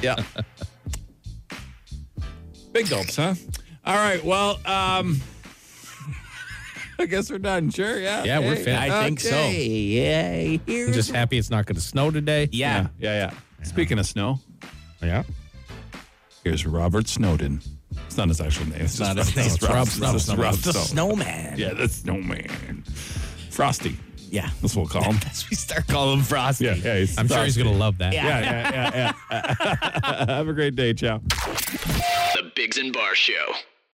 Speaker 2: Yeah. Big gulps, huh? All right. Well, um, *laughs* I guess we're done. Sure. Yeah.
Speaker 3: Yeah, we're finished. I think so.
Speaker 4: Yay!
Speaker 3: I'm just happy it's not going to snow today.
Speaker 2: Yeah. Yeah. Yeah. Speaking of snow,
Speaker 3: Yeah.
Speaker 2: here's Robert Snowden. It's not his actual name. It's,
Speaker 4: not
Speaker 2: just
Speaker 4: his name.
Speaker 2: It's
Speaker 4: It's Rob
Speaker 2: Rob
Speaker 4: Snow.
Speaker 2: Snow. It's Rob
Speaker 4: the
Speaker 2: Snow.
Speaker 4: snowman.
Speaker 2: Yeah, the snowman. Frosty.
Speaker 4: Yeah. *laughs*
Speaker 2: That's what we'll call him.
Speaker 4: That's we start calling him Frosty.
Speaker 2: yeah. Yeah.
Speaker 3: I'm sure he's going to love that.
Speaker 4: Yeah.
Speaker 2: Yeah. *laughs* Yeah. Yeah. yeah. Have a great day. Ciao.
Speaker 1: The Bigs and Bar Show.